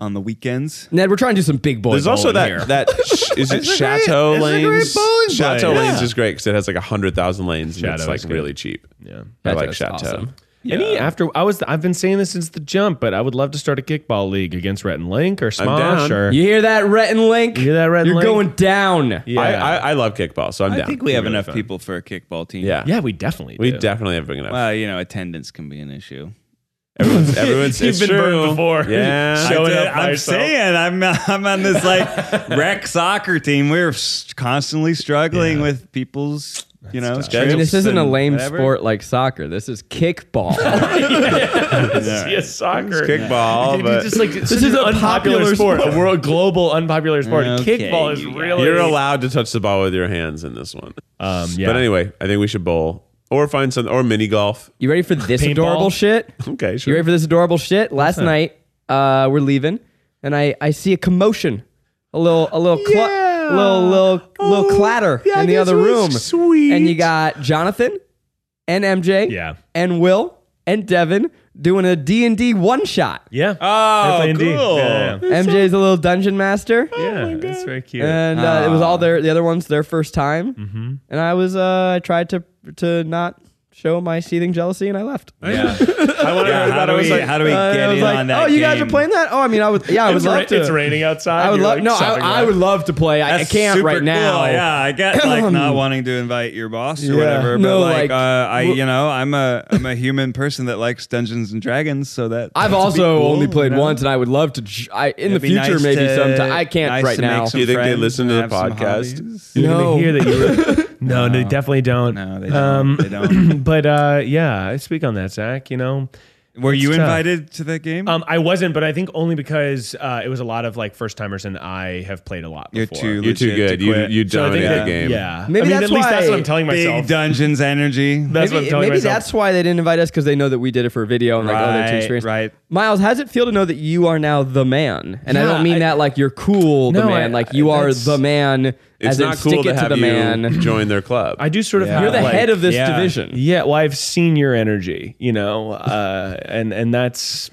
Speaker 3: on the weekends.
Speaker 5: Ned, we're trying to do some big boy.
Speaker 2: There's also
Speaker 5: bowling
Speaker 2: that
Speaker 5: here.
Speaker 2: that sh- is it
Speaker 3: It's a great-
Speaker 2: Chateau
Speaker 3: it's a great
Speaker 2: Lanes.
Speaker 3: bowling place.
Speaker 2: Chateau Lanes
Speaker 3: Yeah.
Speaker 2: is great because it has like hundred thousand lanes and it's
Speaker 11: Chateau
Speaker 2: like
Speaker 11: is good.
Speaker 2: really cheap. Yeah, I
Speaker 11: Chateau
Speaker 2: like
Speaker 11: is
Speaker 2: Chateau.
Speaker 11: awesome. Any after I was I've been saying this since the jump, but I would love to start a kickball league against Rhett and Link or Smosh
Speaker 2: down.
Speaker 11: or
Speaker 5: You hear that, Rhett and Link?
Speaker 11: You hear that, Rhett and
Speaker 5: You're
Speaker 11: Link?
Speaker 5: going down.
Speaker 11: Yeah.
Speaker 2: I, I, I love kickball, so I'm
Speaker 3: I
Speaker 2: down.
Speaker 3: think we have
Speaker 2: It'd be really
Speaker 3: enough
Speaker 2: fun.
Speaker 3: people for a kickball team.
Speaker 2: Yeah,
Speaker 11: yeah, we definitely
Speaker 2: we
Speaker 11: do.
Speaker 2: definitely have big enough.
Speaker 3: Well, you know, attendance can be an issue.
Speaker 2: Everyone's, everyone's
Speaker 11: You've
Speaker 2: it's
Speaker 11: been
Speaker 2: true.
Speaker 11: burned before.
Speaker 2: Yeah,
Speaker 3: I did- I'm saying I'm I'm on this like rec soccer team. We're s- constantly struggling with people's you know.
Speaker 5: I mean, this
Speaker 3: trips
Speaker 5: isn't a
Speaker 3: and
Speaker 5: lame
Speaker 3: whatever.
Speaker 5: sport like soccer. This is kickball.
Speaker 11: Yeah. Yes, soccer.
Speaker 2: kickball,
Speaker 11: Dude,
Speaker 2: but-
Speaker 11: just like
Speaker 5: This
Speaker 11: such
Speaker 5: is
Speaker 11: an
Speaker 5: a popular
Speaker 11: a world global unpopular sport. kickball is really
Speaker 2: You're allowed to touch the ball with your hands in this one. Um,
Speaker 11: yeah.
Speaker 2: But anyway, I think we should bowl or find some or mini golf.
Speaker 5: You ready for this
Speaker 2: Paintball?
Speaker 5: adorable shit?
Speaker 2: Okay,
Speaker 5: You
Speaker 2: sure.
Speaker 5: ready for this adorable shit? Last
Speaker 2: that?
Speaker 5: night, uh, we're leaving, and I, I see a commotion, a little a little cl- little little
Speaker 11: Oh,
Speaker 5: little clatter in the
Speaker 2: this
Speaker 5: other
Speaker 2: was
Speaker 5: room.
Speaker 2: sweet.
Speaker 5: And you got Jonathan and MJ,
Speaker 11: Yeah.
Speaker 5: and Will and Devin doing a D and D one shot.
Speaker 11: Yeah.
Speaker 3: Oh,
Speaker 11: They're playing D.
Speaker 3: cool.
Speaker 11: Yeah, yeah.
Speaker 5: MJ's a little dungeon master,
Speaker 11: Yeah, that's very cute.
Speaker 5: and uh, it
Speaker 3: Ah.
Speaker 5: was all their the other ones their first time.
Speaker 11: Mhm.
Speaker 5: And I was uh, I tried to to not show my seething jealousy, and I left.
Speaker 3: Yeah. I
Speaker 2: wonder
Speaker 3: yeah, how do we how do we
Speaker 5: Uh,
Speaker 3: get
Speaker 5: I was
Speaker 3: in
Speaker 5: like,
Speaker 3: on that?
Speaker 5: Oh, you guys
Speaker 3: game?
Speaker 5: are playing that? Oh, I mean, I would. Yeah, I would
Speaker 11: It's
Speaker 5: love
Speaker 11: ra-
Speaker 5: to.
Speaker 11: it's raining outside.
Speaker 5: I would
Speaker 11: You're,
Speaker 5: love.
Speaker 11: like,
Speaker 5: no, I,
Speaker 11: sopping
Speaker 5: I
Speaker 11: wet.
Speaker 5: would love to play. I, I
Speaker 3: That's
Speaker 5: can't
Speaker 3: super
Speaker 5: right
Speaker 3: cool.
Speaker 5: now.
Speaker 3: Yeah, I get like not wanting to invite your boss or
Speaker 5: Yeah.
Speaker 3: whatever, but
Speaker 5: No,
Speaker 3: like,
Speaker 5: like,
Speaker 3: uh, I,
Speaker 5: w-
Speaker 3: you know, I'm a I'm a human person that likes Dungeons and Dragons, so that that'd
Speaker 5: I've
Speaker 3: be
Speaker 5: also
Speaker 3: cool,
Speaker 5: only played
Speaker 3: you know?
Speaker 5: once, and I would love to. j- I in
Speaker 3: It'd
Speaker 5: the
Speaker 3: be
Speaker 5: future
Speaker 3: nice
Speaker 5: maybe
Speaker 3: to-
Speaker 5: sometime. I can't
Speaker 3: nice
Speaker 5: right
Speaker 3: to make
Speaker 5: now.
Speaker 3: some
Speaker 2: Do you think they
Speaker 3: friends
Speaker 2: listen to
Speaker 3: and
Speaker 2: the
Speaker 3: have some
Speaker 2: podcast?
Speaker 11: You're
Speaker 5: No.
Speaker 11: gonna hear that you were. no, they definitely don't.
Speaker 4: Um,
Speaker 5: Um,
Speaker 3: No, they don't. They don't.
Speaker 11: but uh, yeah, I speak on that, Zach. You know,
Speaker 3: Were
Speaker 4: It's
Speaker 3: you
Speaker 4: tough.
Speaker 3: invited to that game?
Speaker 4: Um, I wasn't, but I think only because uh, it was a lot of like first timers, and I have played a lot.
Speaker 3: You're
Speaker 4: before.
Speaker 3: too You're too legit to good. You- quit. you
Speaker 4: So I think
Speaker 3: dominate
Speaker 4: that-
Speaker 3: the game.
Speaker 4: Yeah,
Speaker 5: Maybe
Speaker 4: I mean,
Speaker 5: that's
Speaker 4: at least that's
Speaker 5: why-
Speaker 4: what I'm telling
Speaker 5: Big
Speaker 4: myself.
Speaker 3: Big dungeons energy.
Speaker 4: That's what I'm
Speaker 5: maybe,
Speaker 4: telling
Speaker 5: maybe
Speaker 4: myself.
Speaker 5: that's why they didn't invite us because they know that we did it for a video and like oh they're too
Speaker 3: Right,
Speaker 5: experienced. Right. Miles, how's it feel to know that you are now the man? And I don't mean that like you're cool, the
Speaker 4: No,
Speaker 5: man.
Speaker 4: I-
Speaker 5: like you
Speaker 4: I-
Speaker 5: are
Speaker 4: that's-
Speaker 5: the man.
Speaker 4: It's
Speaker 5: as in
Speaker 4: not
Speaker 5: stick
Speaker 4: cool
Speaker 5: it
Speaker 4: to
Speaker 5: to,
Speaker 4: have
Speaker 5: the
Speaker 4: you
Speaker 5: man.
Speaker 2: join their club.
Speaker 4: I do sort of.
Speaker 5: Yeah.
Speaker 4: have,
Speaker 5: You're the
Speaker 4: like-
Speaker 5: head of this Yeah. division.
Speaker 4: Yeah, well, I've seen your energy, you know, uh, and and that's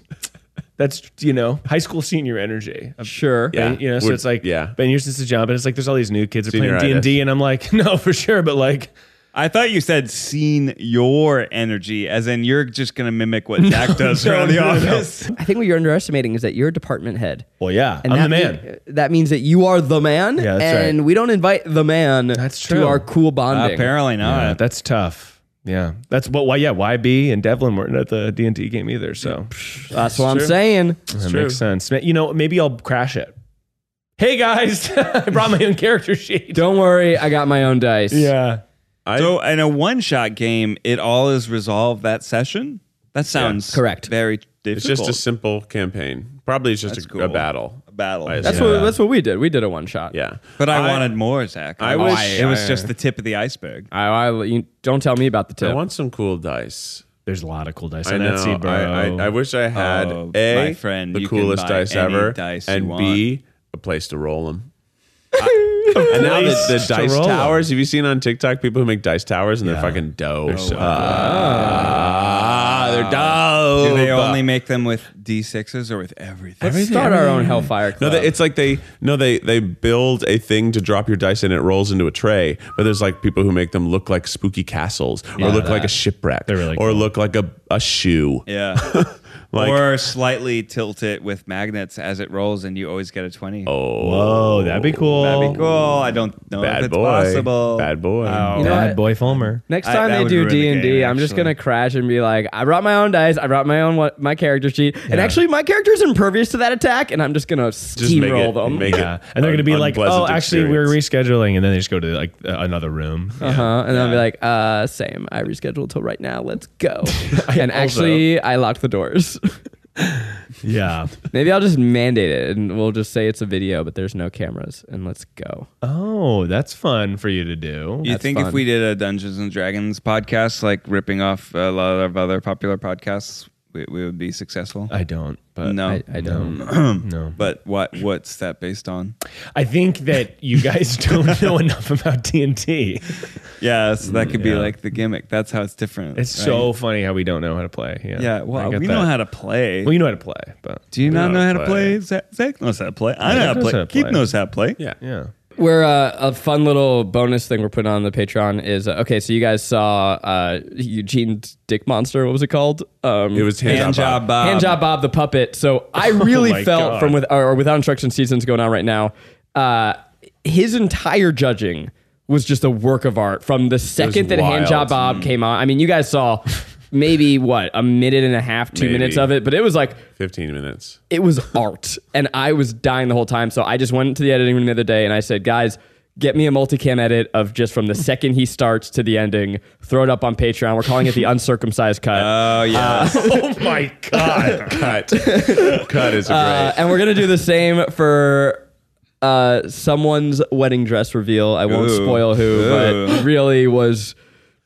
Speaker 4: that's you know high school senior energy.
Speaker 5: Sure,
Speaker 4: yeah,
Speaker 2: Yeah.
Speaker 4: you know, so
Speaker 2: We're-
Speaker 4: it's like
Speaker 2: yeah.
Speaker 4: Ben Houston's the job, and it's like there's all these new kids are playing D
Speaker 3: Senioritis.
Speaker 4: and D, and I'm like, no, for sure, but like.
Speaker 3: I thought you said seen your energy, as in you're just going to mimic what Zach does
Speaker 5: no,
Speaker 3: around the
Speaker 5: no, no.
Speaker 3: office.
Speaker 5: I think what you're underestimating is that you're a department head.
Speaker 4: Well, yeah,
Speaker 5: And
Speaker 4: I'm the
Speaker 5: that
Speaker 4: man.
Speaker 5: mean- that means that you are the man,
Speaker 4: Yeah, that's right.
Speaker 5: and we don't invite the man that's to our cool bonding.
Speaker 4: Yeah, that's tough. Yeah, that's what. Why? Yeah, YB and Devlin weren't at the D and D game either. So
Speaker 5: That's what I'm saying.
Speaker 4: That makes sense. Ma- You know, maybe I'll crash it. Hey guys, I brought my own character sheet.
Speaker 5: Don't worry, I got my own dice.
Speaker 4: Yeah.
Speaker 3: so in a one shot game, it all is resolved that session. That sounds correct. Very difficult.
Speaker 2: It's just a simple campaign. Probably it's just a, a battle.
Speaker 3: A battle.
Speaker 5: That's what that's what we did. We did a one shot.
Speaker 2: Yeah,
Speaker 3: But I, wanted more, Zach.
Speaker 2: I
Speaker 3: Oh,
Speaker 2: wish-
Speaker 3: it was
Speaker 2: I-
Speaker 3: just the tip of the iceberg.
Speaker 5: I, I you don't tell me about the tip.
Speaker 2: I want some cool dice.
Speaker 4: There's a lot of cool dice
Speaker 2: I
Speaker 4: on
Speaker 2: know.
Speaker 4: Etsy, bro.
Speaker 2: I, I, I wish I had
Speaker 3: Oh,
Speaker 2: a
Speaker 3: my friend,
Speaker 2: the
Speaker 3: you can
Speaker 2: coolest
Speaker 3: buy
Speaker 2: dice
Speaker 3: any
Speaker 2: ever,
Speaker 3: dice you
Speaker 2: and
Speaker 3: want.
Speaker 2: b a place to roll them. and now the, the
Speaker 4: place to
Speaker 2: dice
Speaker 4: roll 'em.
Speaker 2: towers. Have you seen on TikTok people who make dice towers and they're fucking dope? They're so ah, they're dope.
Speaker 3: Oh, Do they only make them with D6s or with everything?
Speaker 5: Let's start our own Hellfire
Speaker 2: No,
Speaker 5: Club.
Speaker 2: they, it's like they no they they build a thing to drop your dice and it rolls into a tray. But there's like people who make them look like spooky castles or
Speaker 3: Yeah,
Speaker 2: look like
Speaker 3: that.
Speaker 2: a shipwreck or look like a, a shoe.
Speaker 3: Yeah.
Speaker 2: Like-
Speaker 3: or slightly tilt it with magnets as it rolls, and you always get a 20.
Speaker 2: Oh,
Speaker 4: Whoa, that'd be cool.
Speaker 3: That'd be cool. I don't know
Speaker 2: Bad
Speaker 3: if it's
Speaker 2: boy.
Speaker 3: possible.
Speaker 2: Bad boy.
Speaker 3: Oh.
Speaker 5: You know
Speaker 4: Bad
Speaker 5: what?
Speaker 4: boy Fulmer.
Speaker 5: Next
Speaker 3: I-
Speaker 5: time
Speaker 3: that
Speaker 5: they
Speaker 3: would
Speaker 5: do
Speaker 3: ruin the
Speaker 5: D and D,
Speaker 3: game,
Speaker 5: I'm just
Speaker 3: actually.
Speaker 5: gonna crash and be like, I brought my own dice, I brought my own wa- my character sheet, and actually my character's impervious to that attack, and I'm just gonna
Speaker 2: make
Speaker 5: steamroll
Speaker 2: it-
Speaker 5: them.
Speaker 2: make it
Speaker 4: Yeah. And they're going to be
Speaker 2: un-
Speaker 4: like,
Speaker 2: unpleasant
Speaker 4: oh, actually, we're rescheduling. And then they just go to like uh, another room.
Speaker 5: Uh huh. And I'll be like, uh, same. I rescheduled till right now. Let's go. and actually, I locked the doors.
Speaker 4: Yeah.
Speaker 5: Maybe I'll just mandate it, and we'll just say it's a video, but there's no cameras, and let's go.
Speaker 4: Oh, that's fun for you to do.
Speaker 3: You
Speaker 5: That's
Speaker 3: think
Speaker 5: fun.
Speaker 3: if we did a Dungeons and Dragons podcast, like ripping off a lot of other popular podcasts, we, we would be successful?
Speaker 4: I don't, but
Speaker 3: no,
Speaker 5: Uh, I, I don't.
Speaker 4: no.
Speaker 3: But what what's that based on?
Speaker 4: I think that you guys don't know enough about TNT.
Speaker 3: Yeah, so
Speaker 5: Mm,
Speaker 3: that could be
Speaker 4: yeah.
Speaker 3: like the gimmick. That's how it's different.
Speaker 4: It's
Speaker 3: right?
Speaker 4: so funny how we don't know how to play. Yeah.
Speaker 3: yeah.
Speaker 4: I
Speaker 3: Well,
Speaker 4: get
Speaker 3: we
Speaker 4: that.
Speaker 3: know how to play.
Speaker 4: Well, you know how to play, but
Speaker 3: Do you
Speaker 2: we
Speaker 3: not
Speaker 2: know
Speaker 3: know
Speaker 2: how
Speaker 3: how
Speaker 2: to
Speaker 3: to play? Zach, Zach knows how to play. I
Speaker 4: Zach
Speaker 3: know how to
Speaker 4: knows how
Speaker 3: play.
Speaker 4: to
Speaker 3: Keith
Speaker 4: play.
Speaker 3: knows how to play.
Speaker 2: Yeah.
Speaker 4: yeah.
Speaker 5: We're uh, a fun little bonus thing we're putting on the Patreon is uh, okay. So you guys saw uh, Eugene Dick Monster. What was it called? Um,
Speaker 2: It was hand,
Speaker 3: Hand
Speaker 2: job.
Speaker 3: job, Bob.
Speaker 5: Handjob Bob the puppet. So I really
Speaker 4: my
Speaker 5: felt
Speaker 4: God.
Speaker 5: from with or, or without instruction seasons going on right now, uh, his entire judging was just a work of art from the second that
Speaker 2: wild.
Speaker 5: Handjob Bob came on. I mean, you guys saw maybe what a minute and a half, two
Speaker 2: Maybe.
Speaker 5: minutes of it, but it was like
Speaker 2: Fifteen minutes.
Speaker 5: it was art and i was dying the whole time so i just went to the editing room the other day and i said guys get me a multicam edit of just from the second he starts to the ending throw it up on patreon we're calling it the uncircumcised cut
Speaker 3: Oh yeah.
Speaker 4: Oh my God.
Speaker 2: Cut. Cut is a great.
Speaker 5: Uh, and we're gonna do the same for uh, someone's wedding dress reveal. I won't
Speaker 3: Ooh.
Speaker 5: spoil who, but
Speaker 3: Ooh.
Speaker 5: really was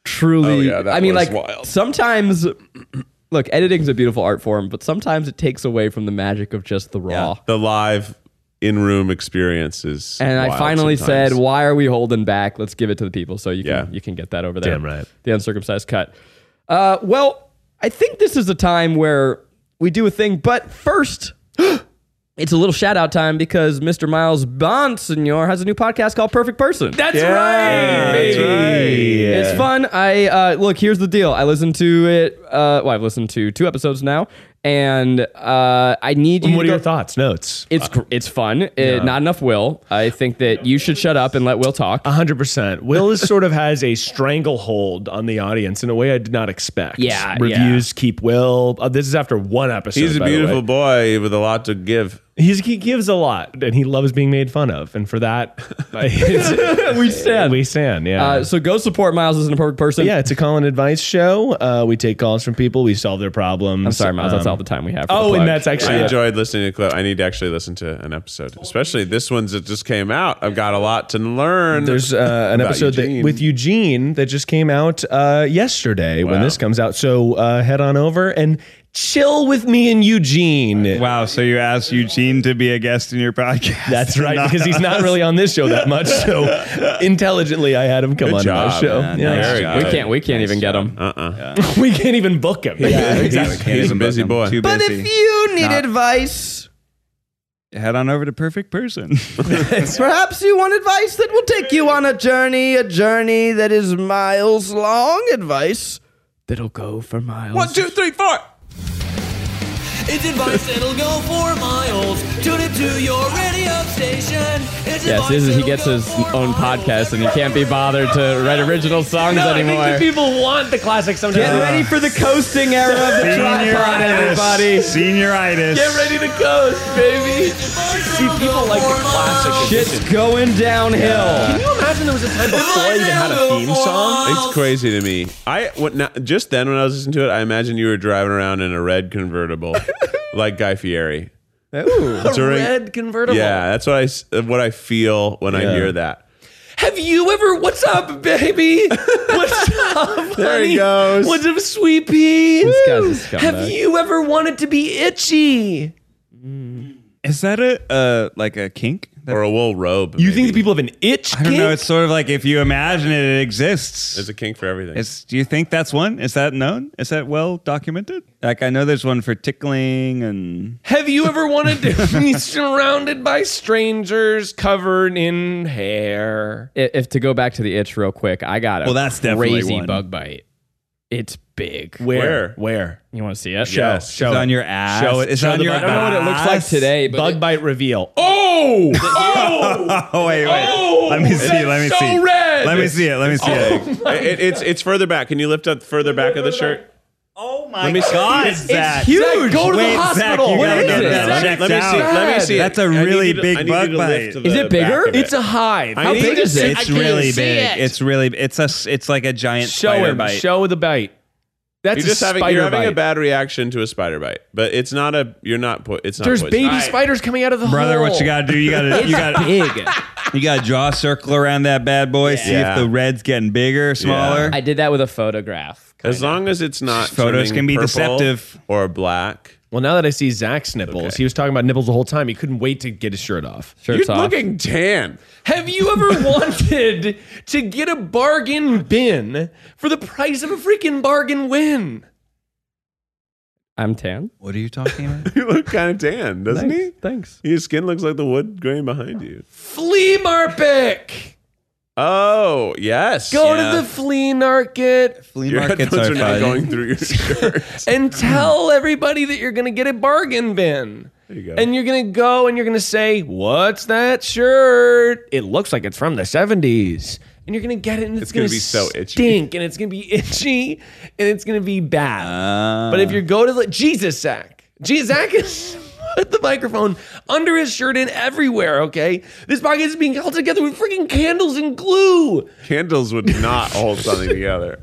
Speaker 5: truly.
Speaker 2: Oh, yeah, that
Speaker 5: I mean,
Speaker 2: was
Speaker 5: like
Speaker 2: wild.
Speaker 5: sometimes, look, editing's a beautiful art form, but sometimes it takes away from the magic of just the raw.
Speaker 2: the live in room experience is.
Speaker 5: And I
Speaker 2: wild
Speaker 5: finally
Speaker 2: sometimes.
Speaker 5: said, "Why are we holding back? Let's give it to the people." So you
Speaker 2: Yeah.
Speaker 5: can you can get that over there.
Speaker 4: Damn right.
Speaker 5: The uncircumcised cut. Uh, well, I think this is a time where we do a thing, but first. It's a little shout out time because Mr. Miles Bonsignor has a new podcast called Perfect Person. That's right.
Speaker 4: that's right.
Speaker 5: It's fun. I uh, look. Here's the deal. I listened to it. Uh, well, I've listened to two episodes now, and uh, I need you.
Speaker 4: Um, What
Speaker 5: to
Speaker 4: are your
Speaker 5: go-
Speaker 4: thoughts? Notes.
Speaker 5: it's gr- it's fun. Uh not enough Will. I think that you should shut up and let Will talk.
Speaker 4: hundred percent. Will is sort of has a stranglehold on the audience in a way I did not expect.
Speaker 5: Yeah,
Speaker 4: reviews keep Will. Uh, this is after one episode.
Speaker 2: "He's a
Speaker 4: by the way.
Speaker 2: beautiful boy with a lot to give."
Speaker 4: He's, he gives a lot, and he loves being made fun of, and for that,
Speaker 5: we stand.
Speaker 4: Uh, We stand. Yeah.
Speaker 5: Uh, so go support Miles as an important person.
Speaker 4: yeah, it's a call and advice show. Uh, we take calls from people. We solve their problems.
Speaker 5: I'm sorry, Miles. that's all the time we have. for the
Speaker 4: oh,
Speaker 5: plug.
Speaker 4: and that's actually
Speaker 2: I enjoyed listening to clip. I need to actually listen to an episode, especially this one's that just came out. I've got a lot to learn.
Speaker 4: There's uh, an
Speaker 2: about
Speaker 4: episode that,
Speaker 2: Eugene.
Speaker 4: with Eugene that just came out uh, yesterday when this comes out. So uh, head on over and chill with me and Eugene.
Speaker 3: Wow. So you asked Eugene to be a guest in your podcast?
Speaker 4: That's right,
Speaker 3: Not
Speaker 4: because he's not
Speaker 3: us.
Speaker 4: really on this show that much. So intelligently, I had him come
Speaker 2: Good
Speaker 4: on
Speaker 2: job,
Speaker 4: my show.
Speaker 2: man.
Speaker 4: Yeah.
Speaker 2: Nice job.
Speaker 5: we can't. We can't even get him.
Speaker 2: Uh-uh.
Speaker 4: we can't even book him.
Speaker 2: Yeah,
Speaker 3: exactly.
Speaker 2: He's, he's a busy boy.
Speaker 3: Too
Speaker 5: But
Speaker 3: busy.
Speaker 5: if you need
Speaker 3: Not-
Speaker 5: advice,
Speaker 3: Head on over to Perfect Person.
Speaker 5: perhaps you want advice that will take you on a journey, a journey that is miles long. Advice that'll go for miles.
Speaker 2: One, two, three, four.
Speaker 10: It's advice that'll go for miles. Tune it to your radio station. It's
Speaker 5: Yes,
Speaker 10: advice
Speaker 5: this is, he gets his own podcast and he can't be bothered to write original songs
Speaker 4: No, I
Speaker 5: anymore.
Speaker 4: think the people want the classic sometimes.
Speaker 3: Uh,
Speaker 5: Get ready for the coasting era of the tripod, everybody.
Speaker 3: Senioritis.
Speaker 5: Get ready to coast, baby.
Speaker 4: See, people like the classic.
Speaker 5: Shit's going downhill.
Speaker 4: Can you imagine there was a time before I even had a theme song?
Speaker 2: It's crazy to me. I when, not, just then when I was listening to it, I imagined you were driving around in a red convertible, like Guy Fieri.
Speaker 4: Ooh, a
Speaker 2: During-
Speaker 4: red convertible.
Speaker 2: Yeah, that's what I s- what I feel when I
Speaker 4: Yeah.
Speaker 2: hear that.
Speaker 4: Have you ever? What's up, baby? What's up,
Speaker 2: There
Speaker 4: honey?
Speaker 2: he goes.
Speaker 4: What's up, sweet pea?
Speaker 5: This guy's a
Speaker 4: Have
Speaker 5: scumbag.
Speaker 4: you ever wanted to be itchy?
Speaker 3: Is that a uh, like a kink? That-
Speaker 2: Or a wool robe.
Speaker 4: You think the people have an itch?
Speaker 3: I don't know. It's sort of like if you imagine it, it exists.
Speaker 2: There's a kink for everything.
Speaker 3: It's, do you think that's one? Is that known? Is that well documented? Like I know there's one for tickling and
Speaker 4: Have you ever wanted to be surrounded by strangers covered in hair?
Speaker 5: I- If to go back to the itch real quick, I got a
Speaker 3: Well, that's definitely
Speaker 5: crazy
Speaker 3: one.
Speaker 5: bug bite. It's big.
Speaker 4: Where?
Speaker 2: Where?
Speaker 5: You want to see it?
Speaker 2: Yes.
Speaker 3: it's on your ass.
Speaker 4: Show it.
Speaker 3: It's
Speaker 4: Show
Speaker 3: on
Speaker 4: the
Speaker 3: your.
Speaker 4: bug.
Speaker 5: I don't know what it looks like
Speaker 3: ass.
Speaker 5: today, but
Speaker 4: Bug
Speaker 5: it-
Speaker 4: bite reveal. Oh! Oh!
Speaker 3: Oh wait, wait.
Speaker 4: Oh,
Speaker 3: let me see.
Speaker 4: that's
Speaker 3: Let me
Speaker 4: so
Speaker 3: see.
Speaker 4: red.
Speaker 3: Let me see it. Let me see it.
Speaker 2: It- it- it's it's further back. Can you lift up further back of the shirt?
Speaker 3: Oh my
Speaker 2: Let me see.
Speaker 3: god,
Speaker 2: It's-
Speaker 3: Zach.
Speaker 5: huge.
Speaker 3: Go to
Speaker 5: Wait,
Speaker 3: the hospital.
Speaker 5: What is it?
Speaker 2: Let, me see. Let me see.
Speaker 3: That's a
Speaker 2: I need
Speaker 3: really
Speaker 2: you to- I
Speaker 3: big
Speaker 2: need you
Speaker 3: bug
Speaker 2: to
Speaker 3: bite.
Speaker 2: lift the
Speaker 5: Is it bigger?
Speaker 2: back of it.
Speaker 4: It's a hive.
Speaker 2: I
Speaker 4: How
Speaker 2: need
Speaker 4: big
Speaker 2: to
Speaker 4: is it?
Speaker 3: It's really big. It's really. It's a. s- It's like a giant
Speaker 4: Show
Speaker 3: spider
Speaker 4: him.
Speaker 3: bite.
Speaker 4: Show the bite. That's
Speaker 2: you're just
Speaker 4: a
Speaker 2: having
Speaker 4: spider
Speaker 2: you're having
Speaker 4: bite.
Speaker 2: a bad reaction to a spider bite, but it's not a you're not po- it's not
Speaker 4: There's
Speaker 2: poison.
Speaker 4: baby
Speaker 2: All right.
Speaker 4: spiders coming out of the
Speaker 3: Brother,
Speaker 4: hole.
Speaker 3: what you gotta do? You gotta. You gotta.
Speaker 5: big.
Speaker 3: You gotta draw a circle around that bad boy. See if
Speaker 2: Yeah.
Speaker 3: the red's getting bigger, or smaller.
Speaker 5: I did that with a photograph.
Speaker 2: As long as it's not
Speaker 3: Photos
Speaker 2: turning
Speaker 3: can be
Speaker 2: purple
Speaker 3: deceptive.
Speaker 2: or black.
Speaker 4: Well, now that I see Zach's nipples, he was talking about nipples the whole time. He couldn't wait to get his shirt off.
Speaker 5: Shirts
Speaker 2: you're
Speaker 5: off.
Speaker 2: looking tan.
Speaker 4: Have you ever wanted to get a bargain bin for the price of a freaking bargain win?
Speaker 5: I'm tan.
Speaker 3: What are you talking about?
Speaker 2: You look kind of tan, doesn't
Speaker 5: Thanks. Thanks.
Speaker 2: he? Your skin looks like the wood grain behind you.
Speaker 4: Flea market.
Speaker 2: Oh yes.
Speaker 4: Go
Speaker 3: Yeah.
Speaker 4: to the flea market
Speaker 3: Flea
Speaker 2: Your
Speaker 3: markets
Speaker 2: headphones
Speaker 3: are
Speaker 2: are now
Speaker 3: fun.
Speaker 2: going through your shirt.
Speaker 4: and tell everybody that you're going to get a bargain bin.
Speaker 2: There you go.
Speaker 4: And you're going to go and you're going to say, What's that shirt? It looks like it's from the 70s. And you're going to get it and
Speaker 2: It's
Speaker 4: it's,
Speaker 2: gonna
Speaker 4: to
Speaker 2: be so itchy.
Speaker 4: Stink and it's going to be itchy and it's going to be bad.
Speaker 3: Ah.
Speaker 4: but if you go to the Jesus Zach, Jesus Zach is. Put the microphone under his shirt and everywhere, okay? This podcast is being held together with freaking candles and glue.
Speaker 2: Candles would not hold something together.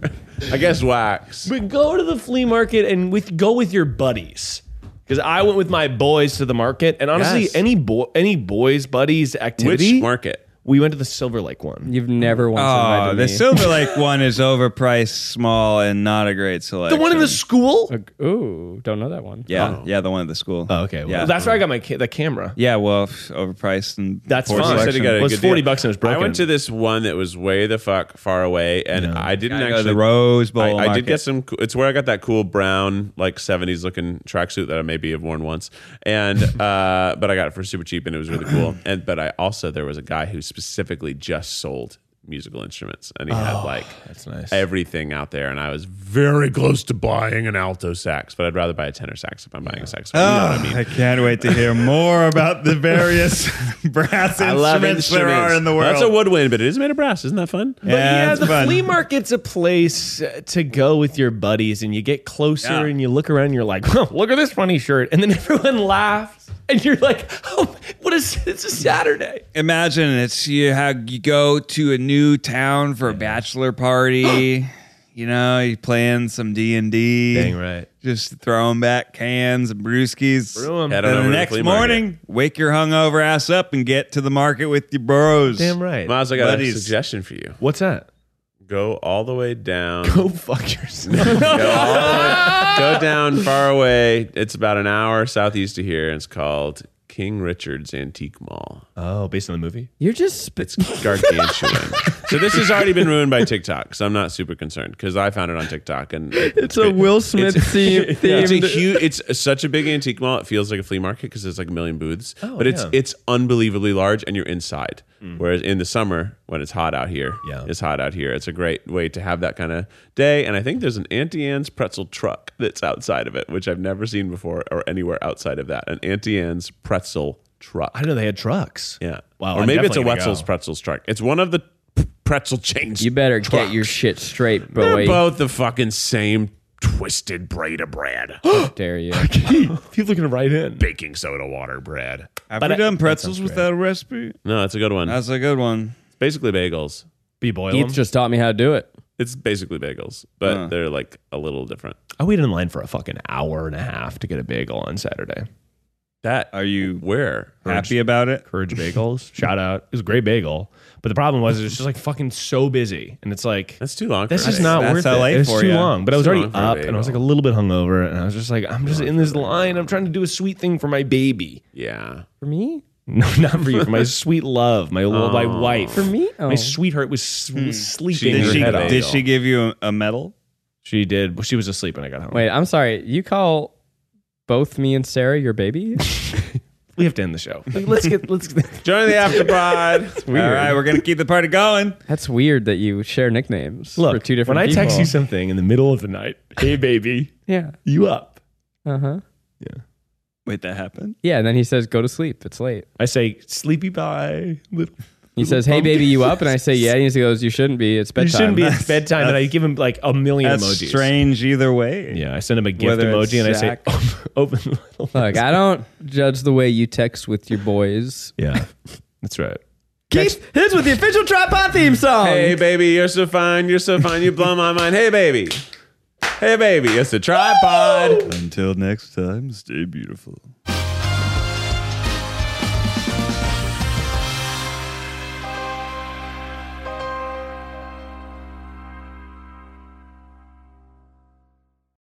Speaker 2: I guess wax.
Speaker 4: But go to the flea market and with go with your buddies. Because I went with my boys to the market, and honestly,
Speaker 2: Yes.
Speaker 4: any boy, any boys buddies activity,
Speaker 2: Which market?
Speaker 4: we went to the Silver Lake one.
Speaker 5: You've never once
Speaker 3: Oh,
Speaker 5: invited me.
Speaker 3: the Silver Lake one is overpriced, small, and not a great
Speaker 4: The
Speaker 3: selection.
Speaker 4: one in the school.
Speaker 5: Ooh, don't know that one.
Speaker 3: yeah, yeah, the one at the school.
Speaker 4: Oh, okay, well,
Speaker 3: yeah,
Speaker 4: that's where I got my ca- the camera.
Speaker 3: yeah. Well, f- overpriced and
Speaker 4: That's
Speaker 3: poor
Speaker 4: fine.
Speaker 2: He said he got a
Speaker 4: It was
Speaker 2: good
Speaker 4: 40
Speaker 2: deal.
Speaker 4: bucks and it was broken.
Speaker 2: I went to this one that was way the fuck far away, and I didn't
Speaker 3: Gotta go to
Speaker 2: actually
Speaker 3: the Rose Bowl
Speaker 2: I, I did
Speaker 3: market.
Speaker 2: get some. coo- It's where I got that cool brown like '70s looking tracksuit that I maybe have worn once, and uh, but I got it for super cheap and it was really cool. And but I also there was a guy who specifically just sold musical instruments, and he
Speaker 3: Oh,
Speaker 2: had like
Speaker 4: That's nice.
Speaker 2: everything out there, and I was very close to buying an alto sax, but I'd rather buy a tenor sax if I'm buying a saxophone. You know what I mean?
Speaker 3: I can't wait to hear more about the various brass
Speaker 2: I love
Speaker 3: Ah, instruments there are
Speaker 2: instruments.
Speaker 3: in the world.
Speaker 2: That's a woodwind, but it is made of brass. Isn't that fun?
Speaker 4: But yeah,
Speaker 3: it's
Speaker 4: the
Speaker 3: fun.
Speaker 4: flea market's a place uh, to go with your buddies, and you get closer
Speaker 3: Yeah.
Speaker 4: and you look around, and you're like, "Huh, look at this funny shirt, and then everyone laughs
Speaker 11: and you're like, oh, what is it's a Saturday?
Speaker 3: Imagine it's you have you go to a new town for a bachelor party. you know, you playing some D and D.
Speaker 4: Dang right.
Speaker 3: Just throwing back cans and brewskis.
Speaker 4: Brew 'em.
Speaker 3: And
Speaker 4: Head on
Speaker 3: the
Speaker 4: over to the
Speaker 3: next
Speaker 4: flea market.
Speaker 3: morning, wake your hungover ass up and get to the market with your bros.
Speaker 4: Damn right.
Speaker 2: Miles, I got a
Speaker 3: Buddies.
Speaker 2: suggestion for you.
Speaker 4: What's that?
Speaker 2: Go all the way down.
Speaker 4: Go fuck yourself.
Speaker 2: go, all the way- go down far away. It's about an hour southeast of here, and it's called King Richard's Antique Mall.
Speaker 4: Oh, based on the movie?
Speaker 5: You're just
Speaker 2: It's gargantuan. so this has already been ruined by TikTok, so I'm not super concerned because I found it on TikTok and it-
Speaker 5: It's a Will Smith theme.
Speaker 2: It's a
Speaker 5: themed-
Speaker 2: huge. It's such a big antique mall. It feels like a flea market because there's like a million booths.
Speaker 4: Oh,
Speaker 2: but it's
Speaker 4: yeah.
Speaker 2: it's unbelievably large, and you're inside.
Speaker 5: Mm.
Speaker 2: Whereas in the summer, when it's hot out here, yeah. it's hot out here. It's a great way to have that kind of day. And I think there's an Auntie Anne's pretzel truck that's outside of it, which I've never seen before or anywhere outside of that. An Auntie Anne's pretzel truck.
Speaker 4: I didn't know they had trucks.
Speaker 2: Yeah.
Speaker 4: Wow,
Speaker 2: Or
Speaker 4: I'm
Speaker 2: maybe it's a
Speaker 4: definitely gonna
Speaker 2: Wetzel's
Speaker 4: go.
Speaker 2: pretzels truck. It's one of the p- pretzel chains.
Speaker 5: You better get your shit straight,
Speaker 2: They're
Speaker 5: boy.
Speaker 2: both the fucking same twisted braid of bread.
Speaker 5: How dare you?
Speaker 4: People can write in.
Speaker 2: baking soda water bread.
Speaker 3: Have
Speaker 2: But
Speaker 3: we
Speaker 2: I-
Speaker 3: done
Speaker 2: that
Speaker 3: pretzels
Speaker 2: sounds
Speaker 3: with
Speaker 2: great.
Speaker 3: that recipe?
Speaker 2: No, that's a good one.
Speaker 3: That's a good one.
Speaker 2: It's basically bagels.
Speaker 4: Be boil
Speaker 5: Heath just taught me how to do it.
Speaker 2: It's basically bagels, but
Speaker 5: Huh.
Speaker 2: they're like a little different.
Speaker 4: I waited in line for a fucking hour and a half to get a bagel on Saturday.
Speaker 2: That
Speaker 3: Are you
Speaker 2: where
Speaker 3: happy about it?
Speaker 4: Courage Bagels, shout out. It was a great bagel, but the problem was it was just like fucking so busy, and it's like
Speaker 2: that's too long.
Speaker 4: That's
Speaker 2: for
Speaker 4: just
Speaker 2: a
Speaker 4: not
Speaker 2: bagel.
Speaker 4: worth it. It was too long, but I was
Speaker 2: Too
Speaker 4: already
Speaker 2: long for a
Speaker 4: up, and I was like a
Speaker 2: bagel.
Speaker 4: little bit hungover, and I was just like, I'm just in this line. I'm trying to do a sweet thing for my baby.
Speaker 2: yeah.
Speaker 5: For me?
Speaker 4: No, not for you. For my sweet love, my little my wife.
Speaker 5: For me? Oh.
Speaker 4: my sweetheart was s- sleeping.
Speaker 3: Did
Speaker 4: her
Speaker 3: she,
Speaker 4: head off.
Speaker 3: did she give you a, a medal?
Speaker 4: She did. Well, She was asleep when I got home.
Speaker 5: Wait, I'm sorry. You call both me and Sarah your baby?
Speaker 4: we have to end the show. Let's get. Let's.
Speaker 2: Join the after pod.
Speaker 5: Weird.
Speaker 3: All right, we're gonna keep the party going.
Speaker 5: That's weird that you share nicknames for
Speaker 4: Look,
Speaker 5: two different.
Speaker 4: when I text
Speaker 5: people.
Speaker 4: you something in the middle of the night, hey baby,
Speaker 5: yeah,
Speaker 4: you up?
Speaker 5: uh huh,
Speaker 3: Wait, that happened.
Speaker 5: yeah. And then he says, "Go to sleep. It's late."
Speaker 4: I say sleepy bye. Little,
Speaker 5: He says, "Hey, baby, you up?" And I say, "Yeah." And he goes, "You shouldn't be. It's bedtime."
Speaker 4: you shouldn't be at
Speaker 3: That's-
Speaker 4: bedtime, and I give him like a million
Speaker 3: That's
Speaker 4: emojis.
Speaker 3: strange either way.
Speaker 4: Yeah, I send him a gift
Speaker 3: Whether it's
Speaker 4: emoji, and I say,
Speaker 3: Zach-
Speaker 4: open little.
Speaker 5: Look, I don't judge the way you text with your boys.
Speaker 4: Yeah, that's right.
Speaker 5: Keith, here's with the official tripod theme song.
Speaker 2: Hey baby, you're so fine. You're so fine. You blow my mind. Hey baby. Hey baby, it's the tripod.
Speaker 3: Until next time, stay beautiful.